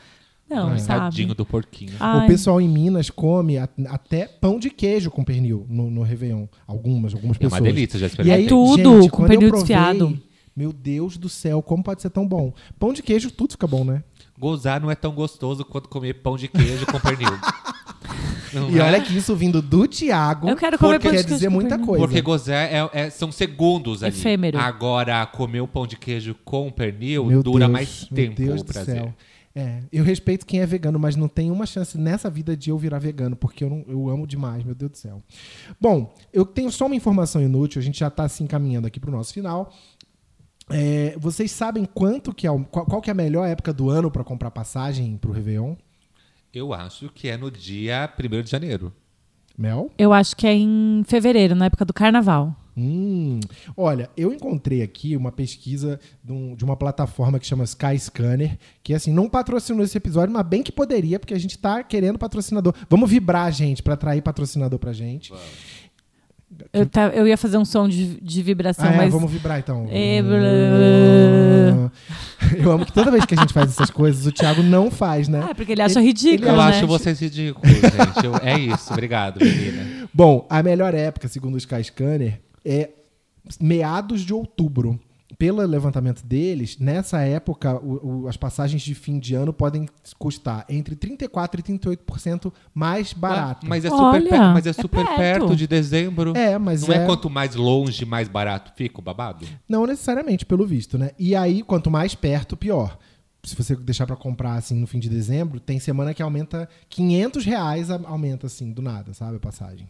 Não, sabe?
tadinho é do porquinho.
Ai,
Ah, O pessoal em Minas come a- até pão de queijo com pernil no, no Réveillon. Algumas, algumas
É uma
pessoas.
delícia, já
E aí,
experimentei.
Tudo
gente,
com
quando eu
pernil
provei,
desfiado.
Meu Deus do céu, como pode ser tão bom? Pão de queijo, tudo fica bom, né?
Gozar não é tão gostoso quanto comer pão de queijo com pernil. Não
E
é?
olha que isso vindo do Tiago.
Eu quero comer
porque
pão de
quer
queijo
dizer
com
muita
pernil.
coisa.
Porque gozar é- é- são segundos ali.
Efêmero.
Agora, comer um pão de queijo com pernil
Meu
dura
Deus,
mais
meu
tempo
Deus
o
do
prazer.
céu. É, eu respeito quem é vegano, mas não tem uma chance nessa vida de eu virar vegano, porque eu, não- eu amo demais, meu Deus do céu. Bom, eu tenho só uma informação inútil, a gente já está se encaminhando aqui para o nosso final. É, vocês sabem quanto que é o- qual, qual que é a melhor época do ano para comprar passagem para o Réveillon?
Eu acho que é no dia 1 de janeiro.
Mel?
Eu acho que é em fevereiro, na época do carnaval.
Hum. Olha, eu encontrei aqui uma pesquisa de, um- de uma plataforma que chama Sky Scanner, que assim, não patrocinou esse episódio, mas bem que poderia, porque a gente tá querendo patrocinador. Vamos vibrar, gente, pra atrair patrocinador pra gente.
Eu, tá- eu ia fazer um som de, de vibração,
Ah, é,
mas.
vamos vibrar então.
É, blá.
Eu amo que toda vez que a gente faz essas coisas, o Thiago não faz, né?
Ah, porque ele acha ridículo.
Eu
né?
acho vocês ridículos, gente. Eu- é isso. Obrigado, menina.
Bom, a melhor época, segundo o Sky Scanner, é meados de outubro. Pelo levantamento deles, nessa época, o- o- as passagens de fim de ano podem custar entre 34% e 38% mais barato.
Mas é super,
Olha,
per- mas é
é
super
perto.
perto de dezembro.
É, mas
Não é...
é-
quanto mais longe, mais barato fica o babado?
Não necessariamente, pelo visto, né? E aí, quanto mais perto, pior. Se você deixar pra comprar, assim, no fim de dezembro, tem semana que aumenta 500 reais, a- aumenta, assim, do nada, sabe? A passagem.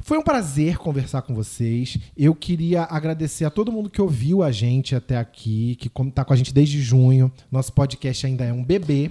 Foi um prazer conversar com vocês. Eu queria agradecer a todo mundo que ouviu a gente até aqui, que com- tá com a gente desde junho. Nosso podcast ainda é um bebê.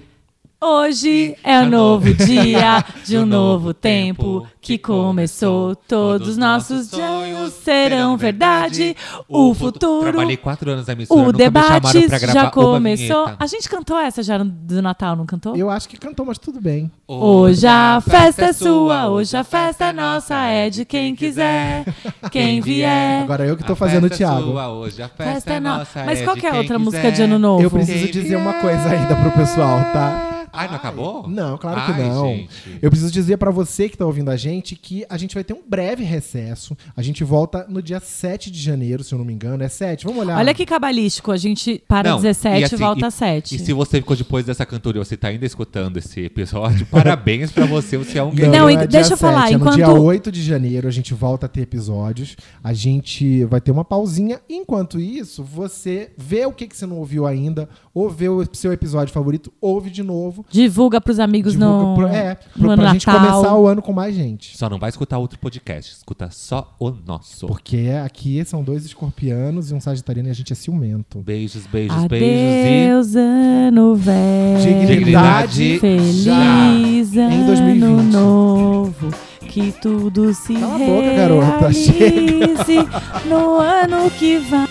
Hoje é um novo dia de um novo tempo que começou. Todos os nossos sonhos serão verdade. O futuro,
Trabalhei quatro anos na emissora,
o
nunca me chamaram
debate
pra gravar
já
uma
começou.
vinheta.
A gente cantou essa já no- do Natal, não cantou?
Eu acho que cantou, mas tudo bem.
Hoje a festa é sua, hoje a festa é nossa, é de quem quiser, quem vier.
Agora eu que tô
A
fazendo o
festa é
Thiago.
sua hoje, a festa,
Festa
é
é no-
nossa.
Mas
é
qual
de
que é a
quem
outra
quiser.
música de Ano Novo?
Eu preciso dizer uma coisa ainda pro pessoal, tá?
Ai, não acabou?
Não, claro que
Ai,
não.
gente.
Eu preciso dizer pra você que tá ouvindo a gente que a gente vai ter um breve recesso. A gente volta no dia 7 de janeiro, se eu não me engano. É 7, vamos olhar.
Olha que cabalístico, a gente para
Não,
17
assim,
volta
e-
7.
E se você ficou depois dessa cantora e você tá ainda escutando esse episódio, parabéns pra você, você é um
Não,
guerreiro.
e-
é dia
deixa eu falar,
É no dia
enquanto-
8 de janeiro a gente volta a ter episódios. A gente vai ter uma pausinha. Enquanto isso, você vê o que, que você não ouviu ainda, ou vê o seu episódio favorito, ouve de novo.
Divulga pros amigos
divulga
no,
pro- é, pro-
no
pra
ano
gente
Natal.
começar o ano com mais gente.
Só não vai escutar outro podcast, escuta só o nosso.
Porque aqui são dois escorpianos e um sagitariano e a gente é ciumento.
Beijos, beijos,
Adeus,
beijos
ano velho.
Dignidade
Feliz
já em
ano
2020.
novo. Que tudo se
Cala a boca, garota,
realize no ano que vai.